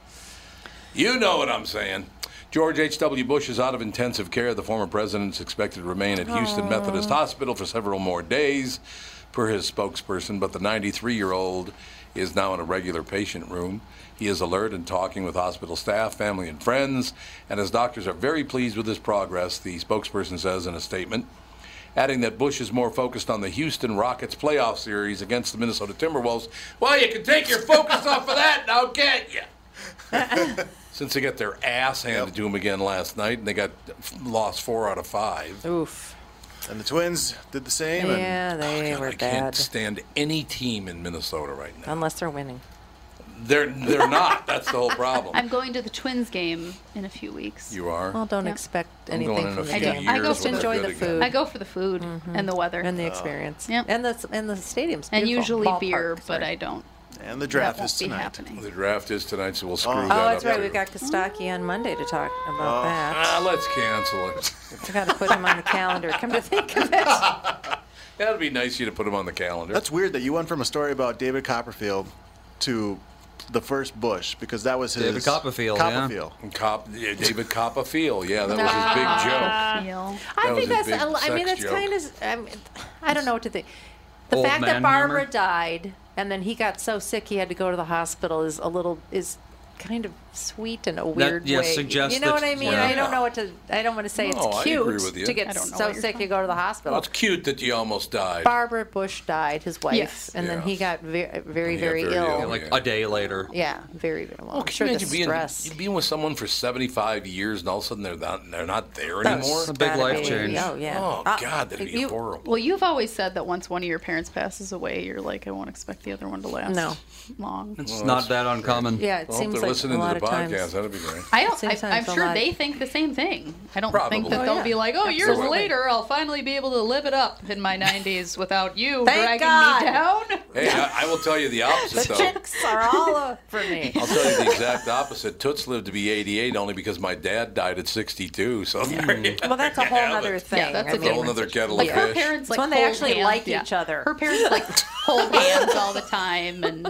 Speaker 7: You know what I'm saying. George H.W. Bush is out of intensive care. The former president is expected to remain at Houston Methodist Hospital for several more days, per his spokesperson. But the 93 year old is now in a regular patient room. He is alert and talking with hospital staff, family, and friends, and his doctors are very pleased with his progress, the spokesperson says in a statement adding that Bush is more focused on the Houston Rockets playoff series against the Minnesota Timberwolves. Well, you can take your focus off of that now, can't you? Since they got their ass handed to them again last night, and they got lost four out of five.
Speaker 2: Oof.
Speaker 6: And the twins did the same. And
Speaker 2: Yeah, they
Speaker 7: Oh, God,
Speaker 2: were
Speaker 7: I can't
Speaker 2: bad.
Speaker 7: stand any team in Minnesota right now.
Speaker 2: Unless they're winning.
Speaker 7: They're they're not. That's the whole problem.
Speaker 3: I'm going to the Twins game in a few weeks.
Speaker 7: you are.
Speaker 2: Well, don't
Speaker 3: Yeah.
Speaker 2: expect
Speaker 7: I'm going
Speaker 2: anything
Speaker 7: in a
Speaker 2: from
Speaker 7: few
Speaker 2: the
Speaker 3: I
Speaker 7: years
Speaker 3: do. I go
Speaker 7: when
Speaker 2: Just
Speaker 7: they're
Speaker 3: to-
Speaker 2: enjoy
Speaker 7: good
Speaker 2: the
Speaker 7: again.
Speaker 2: food
Speaker 3: I go for the food Mm-hmm. and the weather
Speaker 7: Oh.
Speaker 2: and the experience.
Speaker 3: Yep.
Speaker 2: And the and the stadium's
Speaker 3: and
Speaker 2: beautiful.
Speaker 3: usually
Speaker 2: Ballpark,
Speaker 3: beer, but
Speaker 2: sorry.
Speaker 3: I don't.
Speaker 6: And the
Speaker 3: That
Speaker 6: draft
Speaker 3: won't
Speaker 6: is
Speaker 3: be
Speaker 6: tonight.
Speaker 3: happening.
Speaker 7: The draft is tonight, so we'll screw
Speaker 6: Oh.
Speaker 7: that
Speaker 2: Oh,
Speaker 7: up.
Speaker 2: that's right.
Speaker 7: too.
Speaker 2: We've got Kostaki on Monday to talk about that.
Speaker 7: Ah, let's cancel it. *laughs*
Speaker 2: We've got to put him on the calendar. Come to think of it.
Speaker 7: That'd be nice of you to put them on the calendar.
Speaker 6: That's weird that you went from a story about David Copperfield to the first Bush because that was his
Speaker 5: David Copperfield, yeah.
Speaker 6: Copperfield.
Speaker 7: Cop, yeah, David Copperfield. Yeah, that was his big joke.
Speaker 3: Feel.
Speaker 7: That
Speaker 2: I
Speaker 7: was
Speaker 2: think
Speaker 7: his
Speaker 2: that's.
Speaker 7: big
Speaker 2: a li- I mean,
Speaker 7: sex
Speaker 2: that's
Speaker 7: joke.
Speaker 2: kind of. I, mean, I don't know what to think. The
Speaker 5: Old
Speaker 2: fact
Speaker 5: man
Speaker 2: that Barbara
Speaker 5: humor?
Speaker 2: died and then he got so sick he had to go to the hospital is a little is kind of sweet in a weird
Speaker 5: yeah,
Speaker 2: way.
Speaker 5: suggests
Speaker 2: you know what
Speaker 5: that-
Speaker 2: I mean?
Speaker 5: yeah.
Speaker 2: I don't know what to. I don't want to say
Speaker 7: No, I
Speaker 2: it's cute
Speaker 7: agree with you.
Speaker 2: to get
Speaker 3: I don't know
Speaker 2: so
Speaker 3: what you're
Speaker 2: sick you go to the hospital.
Speaker 7: Well, it's cute that you almost died.
Speaker 2: Barbara Bush died, his wife,
Speaker 3: Yes.
Speaker 2: and then
Speaker 7: Yeah.
Speaker 2: he got very, very,
Speaker 7: He got
Speaker 2: very
Speaker 7: very
Speaker 2: ill.
Speaker 7: ill.
Speaker 5: Like
Speaker 7: Yeah.
Speaker 5: a day later.
Speaker 2: Yeah, very, very well.
Speaker 7: Oh,
Speaker 2: I'm
Speaker 7: can
Speaker 2: sure
Speaker 7: you
Speaker 2: the
Speaker 7: imagine being,
Speaker 2: stress.
Speaker 7: you being with someone for 75 years and all of a sudden they're not, they're not there
Speaker 2: That's
Speaker 7: anymore?
Speaker 5: a big
Speaker 2: gotta
Speaker 5: life
Speaker 2: be-
Speaker 5: change.
Speaker 2: Oh yeah.
Speaker 7: Oh,
Speaker 2: Uh,
Speaker 7: God, that'd be
Speaker 2: you-
Speaker 7: horrible.
Speaker 3: Well, you've always said that once one of your parents passes away, you're like, I won't expect the other one to last
Speaker 2: No.
Speaker 3: long.
Speaker 5: It's not that uncommon.
Speaker 2: Yeah, it
Speaker 7: I hope
Speaker 2: seems
Speaker 7: they're
Speaker 2: like
Speaker 7: listening
Speaker 2: a lot
Speaker 7: to the
Speaker 2: of
Speaker 7: podcast.
Speaker 2: times. *laughs*
Speaker 7: That'd be great.
Speaker 3: I don't.
Speaker 2: Seems
Speaker 3: I, I'm
Speaker 2: it's a
Speaker 3: sure
Speaker 2: lot.
Speaker 3: they think the same thing. I don't
Speaker 7: Probably.
Speaker 3: think that
Speaker 7: Oh,
Speaker 3: they'll
Speaker 2: yeah.
Speaker 3: be like, "Oh, years
Speaker 7: Absolutely.
Speaker 3: later, I'll finally be able to live it up in my 90s without you
Speaker 2: Thank
Speaker 3: dragging
Speaker 2: God.
Speaker 3: me down."
Speaker 7: Hey, I, I will tell you the opposite,
Speaker 2: the
Speaker 7: though.
Speaker 2: *laughs* chicks are all over
Speaker 7: *laughs*
Speaker 2: me.
Speaker 7: I'll tell you the exact opposite. Toots lived to be 88 only because my dad died at 62. So there you
Speaker 2: Well, that's a whole
Speaker 7: have
Speaker 2: other
Speaker 7: it.
Speaker 2: thing.
Speaker 3: that's
Speaker 2: I
Speaker 3: a
Speaker 2: mean,
Speaker 7: Whole other kettle
Speaker 3: Like
Speaker 7: of
Speaker 3: her
Speaker 7: fish.
Speaker 3: parents,
Speaker 2: It's
Speaker 3: like
Speaker 2: when they
Speaker 3: hold
Speaker 2: actually
Speaker 3: hands-
Speaker 2: like
Speaker 3: yeah.
Speaker 2: each other.
Speaker 3: Her parents like
Speaker 2: *laughs*
Speaker 3: hold hands all the time, and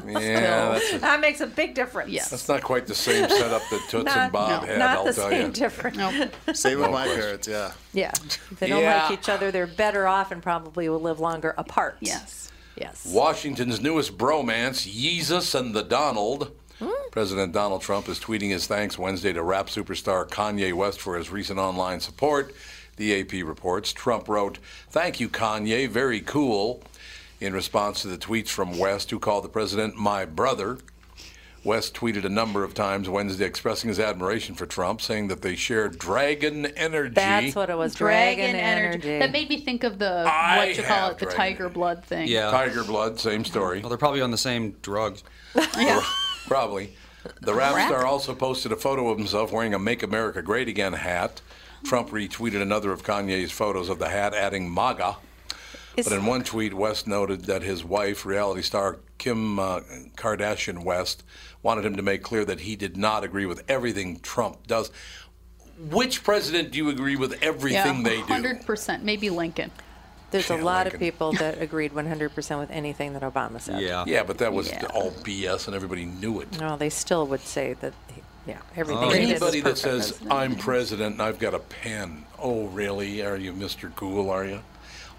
Speaker 3: so-
Speaker 7: yeah, that's, a-
Speaker 2: *laughs* that makes a big difference.
Speaker 3: Yes.
Speaker 7: that's not quite the same setup that Toots and
Speaker 2: Not-
Speaker 7: Bob
Speaker 3: no,
Speaker 7: had,
Speaker 2: Not
Speaker 7: I'll
Speaker 2: the
Speaker 7: tell
Speaker 2: same
Speaker 3: *laughs*
Speaker 7: you.
Speaker 2: difference.
Speaker 6: Same
Speaker 2: *laughs*
Speaker 6: with
Speaker 7: No
Speaker 6: my
Speaker 7: question.
Speaker 6: parents, yeah.
Speaker 2: Yeah. If they don't
Speaker 7: Yeah.
Speaker 2: like each other, they're better off and probably will live longer apart.
Speaker 3: yes,
Speaker 2: Yes.
Speaker 7: Washington's newest bromance, Yeezus and the Donald.
Speaker 2: Hmm?
Speaker 7: President Donald Trump is tweeting his thanks Wednesday to rap superstar Kanye West for his recent online support. The AP reports Trump wrote, Thank you, Kanye, very cool, in response to the tweets from West, who called the president my brother. West tweeted a number of times Wednesday expressing his admiration for Trump, saying that they share dragon energy.
Speaker 2: That's what it was. Dragon, energy.
Speaker 3: That made me think of the
Speaker 7: I
Speaker 3: what you call
Speaker 7: have
Speaker 3: it, the
Speaker 7: dragon
Speaker 3: tiger
Speaker 7: energy.
Speaker 3: blood thing.
Speaker 5: Yeah.
Speaker 7: Tiger blood, same story.
Speaker 5: Well, they're probably on the same drugs.
Speaker 7: Probably. The rap star also posted a photo of himself wearing a Make America Great Again hat. Trump retweeted another of Kanye's photos of the hat, adding MAGA.
Speaker 2: Is-
Speaker 7: But in one tweet, West noted that his wife, reality star Kim uh, Kardashian West, wanted him to make clear that he did not agree with everything Trump does. Which president do you agree with everything they do?
Speaker 3: hundred percent, maybe Lincoln.
Speaker 2: There's a
Speaker 7: Yeah,
Speaker 2: lot of
Speaker 7: Lincoln.
Speaker 2: people that
Speaker 7: *laughs*
Speaker 2: agreed 100% with anything that Obama said.
Speaker 5: Yeah.
Speaker 7: Yeah, but that was
Speaker 3: Yeah.
Speaker 7: all BS, and everybody knew it.
Speaker 2: No, they still would say that, he- yeah, everything he did was
Speaker 7: Oh. Anybody that
Speaker 2: perfect.
Speaker 7: says I'm president and I've got a pen, oh really? Are you Mr. Cool? Are you?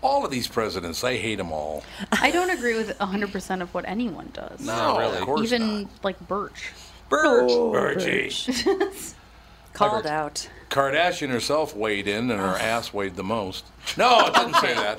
Speaker 7: All of these presidents, they hate them all.
Speaker 3: I don't agree with hundred percent of what anyone does.
Speaker 7: No, of course
Speaker 3: Oh, Even
Speaker 7: not.
Speaker 3: like Birch.
Speaker 7: Oh, Virgie.
Speaker 2: Called out.
Speaker 7: Kardashian herself weighed in, and her ass weighed the most. No, it didn't
Speaker 3: *laughs*
Speaker 7: say that.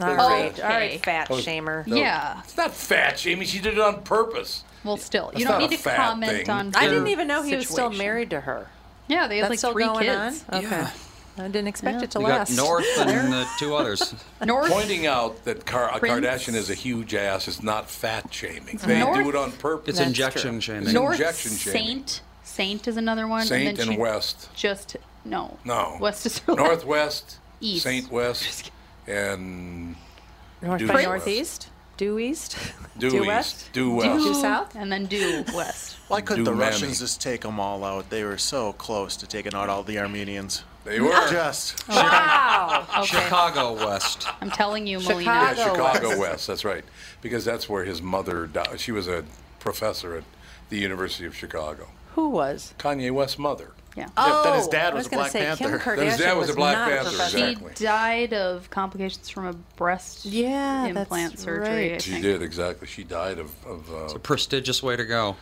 Speaker 2: All
Speaker 7: Oh,
Speaker 2: right, all
Speaker 3: okay.
Speaker 2: right, fat shamer.
Speaker 3: Yeah.
Speaker 7: It's not fat, Jamie. She did it on purpose.
Speaker 3: Well, still, you
Speaker 7: That's
Speaker 3: don't
Speaker 7: not a
Speaker 3: need to
Speaker 7: fat
Speaker 3: comment
Speaker 7: thing.
Speaker 3: on.
Speaker 2: I didn't
Speaker 3: their
Speaker 2: even know he was still
Speaker 3: situation.
Speaker 2: married to her.
Speaker 3: Yeah, they
Speaker 2: That's
Speaker 3: had like
Speaker 2: still
Speaker 3: three
Speaker 2: going
Speaker 3: kids.
Speaker 2: on? Okay.
Speaker 5: Yeah.
Speaker 2: I didn't expect
Speaker 3: Yeah.
Speaker 2: it to
Speaker 5: You got
Speaker 2: last.
Speaker 5: North and uh, two others.
Speaker 3: North.
Speaker 7: Pointing out that Kar- a
Speaker 3: Prince.
Speaker 7: Kardashian is a huge ass is not fat shaming. They
Speaker 3: North-
Speaker 7: do it on purpose.
Speaker 5: It's
Speaker 2: That's
Speaker 5: injection
Speaker 2: true.
Speaker 5: shaming.
Speaker 3: North
Speaker 7: injection shaming.
Speaker 3: Saint. Saint is another one. and,
Speaker 7: Saint
Speaker 3: then
Speaker 7: and,
Speaker 3: she
Speaker 7: West.
Speaker 3: Just no.
Speaker 7: No.
Speaker 3: West is her *laughs* last-
Speaker 7: Northwest,
Speaker 3: East.
Speaker 7: Saint West, and
Speaker 2: *laughs* North
Speaker 7: Due
Speaker 2: by
Speaker 7: Prince.
Speaker 2: northeast? Due east?
Speaker 7: due, east,
Speaker 2: west?
Speaker 7: due west.
Speaker 2: Due south?
Speaker 3: and then due
Speaker 7: *laughs*
Speaker 3: west.
Speaker 6: Why couldn't
Speaker 7: Do
Speaker 6: the
Speaker 7: mammy.
Speaker 6: Russians just take them all out? They were so close to taking out all the
Speaker 2: *laughs*
Speaker 6: Armenians.
Speaker 7: They were
Speaker 6: Just
Speaker 2: Oh, Wow.
Speaker 3: Okay.
Speaker 5: Chicago West.
Speaker 3: I'm telling you,
Speaker 7: yeah,
Speaker 3: Melina.
Speaker 2: Chicago
Speaker 7: Chicago
Speaker 2: West.
Speaker 7: west. That's right, because that's where his mother died. She was a professor at the University of Chicago.
Speaker 2: *laughs* Who was?
Speaker 7: Kanye West's mother.
Speaker 3: Yeah.
Speaker 6: Yeah, then his
Speaker 2: Oh,
Speaker 6: dad
Speaker 2: I
Speaker 6: was
Speaker 2: was
Speaker 6: a
Speaker 2: gonna
Speaker 6: Black
Speaker 2: say, Kim
Speaker 6: Panther.
Speaker 2: Kardashian
Speaker 7: Then his dad was a Black
Speaker 2: not
Speaker 7: Panther,
Speaker 2: professional.
Speaker 7: exactly.
Speaker 3: She died of complications from a breast
Speaker 2: Yeah, that's
Speaker 3: implant surgery.
Speaker 2: right.
Speaker 3: I
Speaker 7: She
Speaker 3: think.
Speaker 7: did exactly. She died of, of uh,
Speaker 5: A prestigious way to go.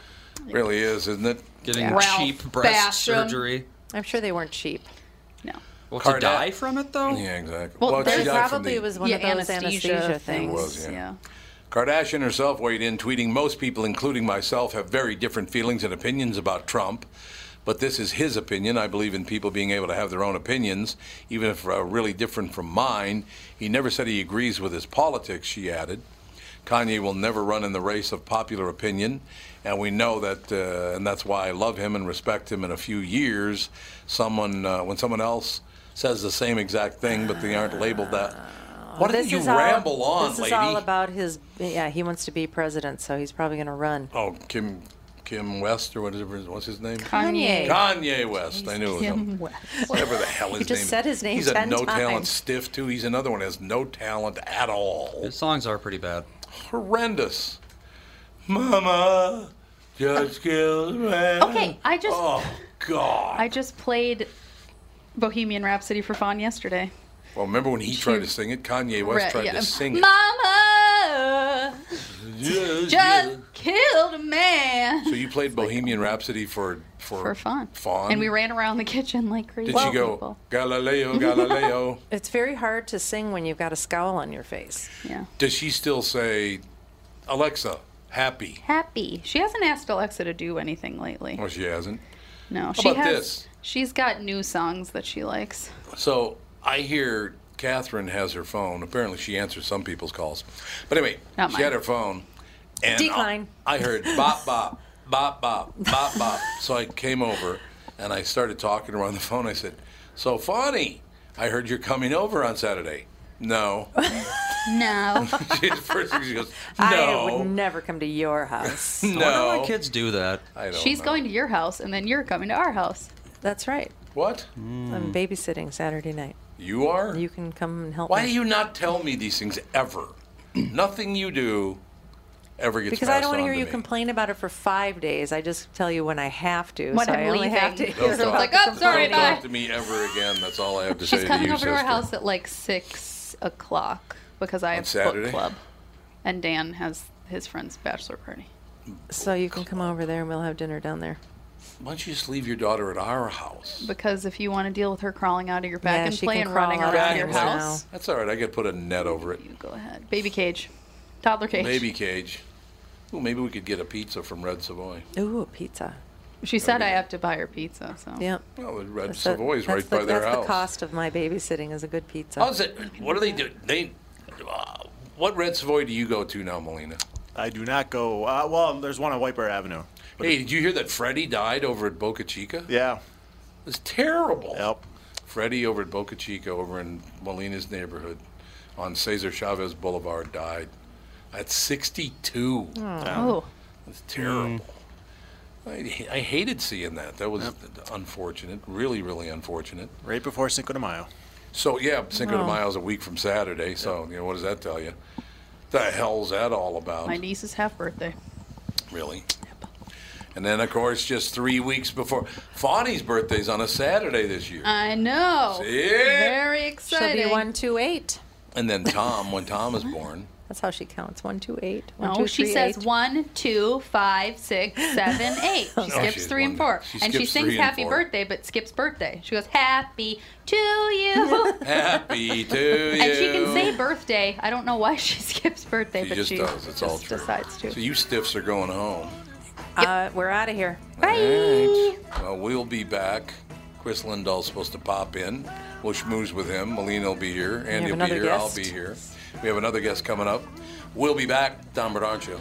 Speaker 7: really is, isn't it?
Speaker 5: Getting
Speaker 3: Yeah. Ralph
Speaker 5: cheap breast
Speaker 3: Basham.
Speaker 5: surgery.
Speaker 2: I'm sure they weren't cheap.
Speaker 3: No.
Speaker 5: Well,
Speaker 7: Cardi-
Speaker 5: to die from it though.
Speaker 7: Yeah, exactly.
Speaker 3: Well,
Speaker 7: she
Speaker 2: There
Speaker 3: There's
Speaker 7: died from
Speaker 2: probably
Speaker 7: the-
Speaker 2: was one
Speaker 3: yeah,
Speaker 2: of those
Speaker 3: anesthesia,
Speaker 2: anesthesia,
Speaker 3: things.
Speaker 2: things.
Speaker 7: was, yeah. Kardashian herself weighed in, tweeting Most people, including myself, have very different feelings and opinions about Trump. But this is his opinion. I believe in people being able to have their own opinions, even if uh, really different from mine. He never said he agrees with his politics, she added. Kanye will never run in the race of popular opinion, and we know that, uh, and that's why I love him and respect him. In a few years, someone, uh, when someone else says the same exact thing, but they aren't labeled that. Why did
Speaker 2: This
Speaker 7: you
Speaker 2: is all-
Speaker 7: ramble on,
Speaker 2: This
Speaker 7: lady?
Speaker 2: is all about his. Yeah, he wants to be president, so he's probably going to run.
Speaker 7: Oh, Kim Kim West or whatever what's his name?
Speaker 3: Kanye.
Speaker 7: Kanye West. I knew it was *laughs* him. Whatever the hell his
Speaker 2: He just
Speaker 7: name.
Speaker 2: said his name
Speaker 7: He's a
Speaker 2: 10
Speaker 7: no talent
Speaker 2: times.
Speaker 7: stiff too. He's another one that has no talent at all.
Speaker 5: His songs are pretty bad.
Speaker 7: Horrendous. Mama just killed a man.
Speaker 3: Okay, I just
Speaker 7: Oh God.
Speaker 3: I just played Bohemian Rhapsody for Fawn yesterday.
Speaker 7: well, remember when he tried to sing it? Kanye West
Speaker 3: Right,
Speaker 7: tried
Speaker 3: yeah. um,
Speaker 7: to sing it.
Speaker 3: Mama
Speaker 7: Yes,
Speaker 3: just
Speaker 7: yes.
Speaker 3: killed a man.
Speaker 7: So you played Bohemian Rhapsody for for
Speaker 3: for fun.
Speaker 7: Fawn.
Speaker 3: And we ran around the kitchen like crazy.
Speaker 7: Did she go
Speaker 3: people. *laughs*
Speaker 7: Galileo Galileo?
Speaker 2: It's very hard to sing when you've got a scowl on your face.
Speaker 3: Yeah.
Speaker 7: Does she still say, Alexa, happy?
Speaker 3: Happy. She hasn't asked Alexa to do anything lately.
Speaker 7: Well, Oh, she hasn't.
Speaker 3: No. she
Speaker 7: about
Speaker 3: has
Speaker 7: this?
Speaker 3: she's got new songs that she
Speaker 7: *laughs*
Speaker 3: likes.
Speaker 7: So I hear Catherine has her phone. Apparently, she answers some people's calls. But anyway,
Speaker 3: Not
Speaker 7: she
Speaker 3: mine.
Speaker 7: had her phone. And
Speaker 2: Decline.
Speaker 7: I, I heard bop, bop, bop, bop, bop, bop. so I came over and I started talking to her on the phone. I said, So, Fonny, I heard you're coming over on Saturday. No. *laughs*
Speaker 3: No.
Speaker 7: She- first thing she goes,
Speaker 2: I
Speaker 7: no.
Speaker 2: would never come to your
Speaker 7: *laughs*
Speaker 2: house.
Speaker 7: no.
Speaker 5: Why kids do that?
Speaker 7: I don't
Speaker 3: She's
Speaker 7: know.
Speaker 3: going to your house, and then you're coming to our house.
Speaker 2: That's right.
Speaker 7: What?
Speaker 2: I'm babysitting Saturday night.
Speaker 7: You are?
Speaker 2: You can come and help.
Speaker 7: Why
Speaker 2: me.
Speaker 7: do you not tell me these things ever? Nothing you do ever gets
Speaker 2: Because
Speaker 7: passed
Speaker 2: I don't want to
Speaker 7: on
Speaker 2: hear
Speaker 7: to
Speaker 2: you
Speaker 7: me.
Speaker 2: complain about it for five days. I just tell you when I have to.
Speaker 3: When
Speaker 2: so
Speaker 3: I'm
Speaker 2: I only have to
Speaker 3: leaving.
Speaker 2: hear
Speaker 7: Don't
Speaker 2: about
Speaker 7: talk.
Speaker 3: Like,
Speaker 2: the
Speaker 3: "Oh, sorry,
Speaker 2: complaining."
Speaker 7: Don't talk
Speaker 3: bye.
Speaker 7: to me ever again. That's all I have to
Speaker 3: She's
Speaker 7: say
Speaker 3: coming
Speaker 7: to you,
Speaker 3: over to our
Speaker 7: sister.
Speaker 3: house at like six o'clock because I have
Speaker 7: Saturday?
Speaker 3: book club, and Dan has his friend's bachelor party.
Speaker 2: So you can come over there and we'll have dinner down there.
Speaker 7: Why don't you just leave your daughter at our house?
Speaker 3: Because if you want to deal with her crawling out of your back
Speaker 2: Yeah,
Speaker 3: and
Speaker 2: she
Speaker 3: play
Speaker 2: can
Speaker 3: and running
Speaker 2: crawl out
Speaker 3: around
Speaker 2: of
Speaker 3: your
Speaker 2: things now.
Speaker 3: house,
Speaker 7: That's all right. I could put a net over it.
Speaker 3: you go ahead. Baby cage, toddler cage.
Speaker 7: Baby cage. Ooh, maybe we could get a pizza from Red Savoy.
Speaker 2: Ooh, a pizza.
Speaker 3: She said I have to buy her pizza, so
Speaker 2: Yep.
Speaker 7: Well, Oh, Red
Speaker 2: That's the-
Speaker 7: Savoy's
Speaker 2: that's
Speaker 7: right
Speaker 2: the,
Speaker 7: by their
Speaker 2: that's
Speaker 7: house. Oh,
Speaker 2: the cost of my babysitting is a good pizza.
Speaker 7: How's it? What do they do? They. Uh, what Red Savoy do you go to now, Molina?
Speaker 6: I do not go. Uh, well, there's one on White Bear Avenue.
Speaker 7: Hey, did you hear that Freddie died over at Boca Chica?
Speaker 6: Yeah.
Speaker 7: It's terrible.
Speaker 6: Yep.
Speaker 7: Freddie over at Boca Chica, over in Molina's neighborhood, on Cesar Chavez Boulevard, died at 62.
Speaker 3: oh,
Speaker 7: That's terrible. I, I hated seeing that. That was unfortunate. Really, really unfortunate.
Speaker 6: Right before Cinco de Mayo.
Speaker 7: So yeah, Cinco de Mayo's a week from Saturday. So you know what does that tell you? The hell's that all about?
Speaker 3: my niece's half birthday.
Speaker 7: Really? And then of course, just three weeks before Fonny's birthday's on a Saturday this year.
Speaker 3: I know.
Speaker 7: See?
Speaker 3: Very
Speaker 2: She'll
Speaker 3: exciting.
Speaker 2: be one two eight.
Speaker 7: and then Tom, when Tom is
Speaker 3: *laughs*
Speaker 7: born.
Speaker 2: That's how she counts. One two eight.
Speaker 3: No,
Speaker 2: One, two,
Speaker 3: she
Speaker 2: three,
Speaker 3: says
Speaker 2: eight.
Speaker 3: one, two, five,
Speaker 7: *laughs*
Speaker 3: six, seven, eight. She skips
Speaker 7: Oh, she's
Speaker 3: three and
Speaker 7: one-
Speaker 3: four,
Speaker 7: she
Speaker 3: and she
Speaker 7: skips
Speaker 3: sings
Speaker 7: three and
Speaker 3: "Happy
Speaker 7: four.
Speaker 3: Birthday," but skips "Birthday." She goes "Happy to you,"
Speaker 7: *laughs* Happy to you.
Speaker 3: and she can say "Birthday." I don't know why *laughs* she skips "Birthday,"
Speaker 7: She
Speaker 3: but
Speaker 7: just
Speaker 3: she
Speaker 7: does. It's all
Speaker 3: just
Speaker 7: true.
Speaker 3: decides to.
Speaker 7: So you stiffs are going home.
Speaker 2: Uh, we're out of here.
Speaker 3: Bye.
Speaker 7: All right. Well, we'll be back. Chris Lindahl's supposed to pop in. We'll schmooze with him. Melina will be here. Andy will be
Speaker 2: another
Speaker 7: here. I'll
Speaker 2: guest.
Speaker 7: be here. We have another guest coming up. We'll be back. Don Bernard Show.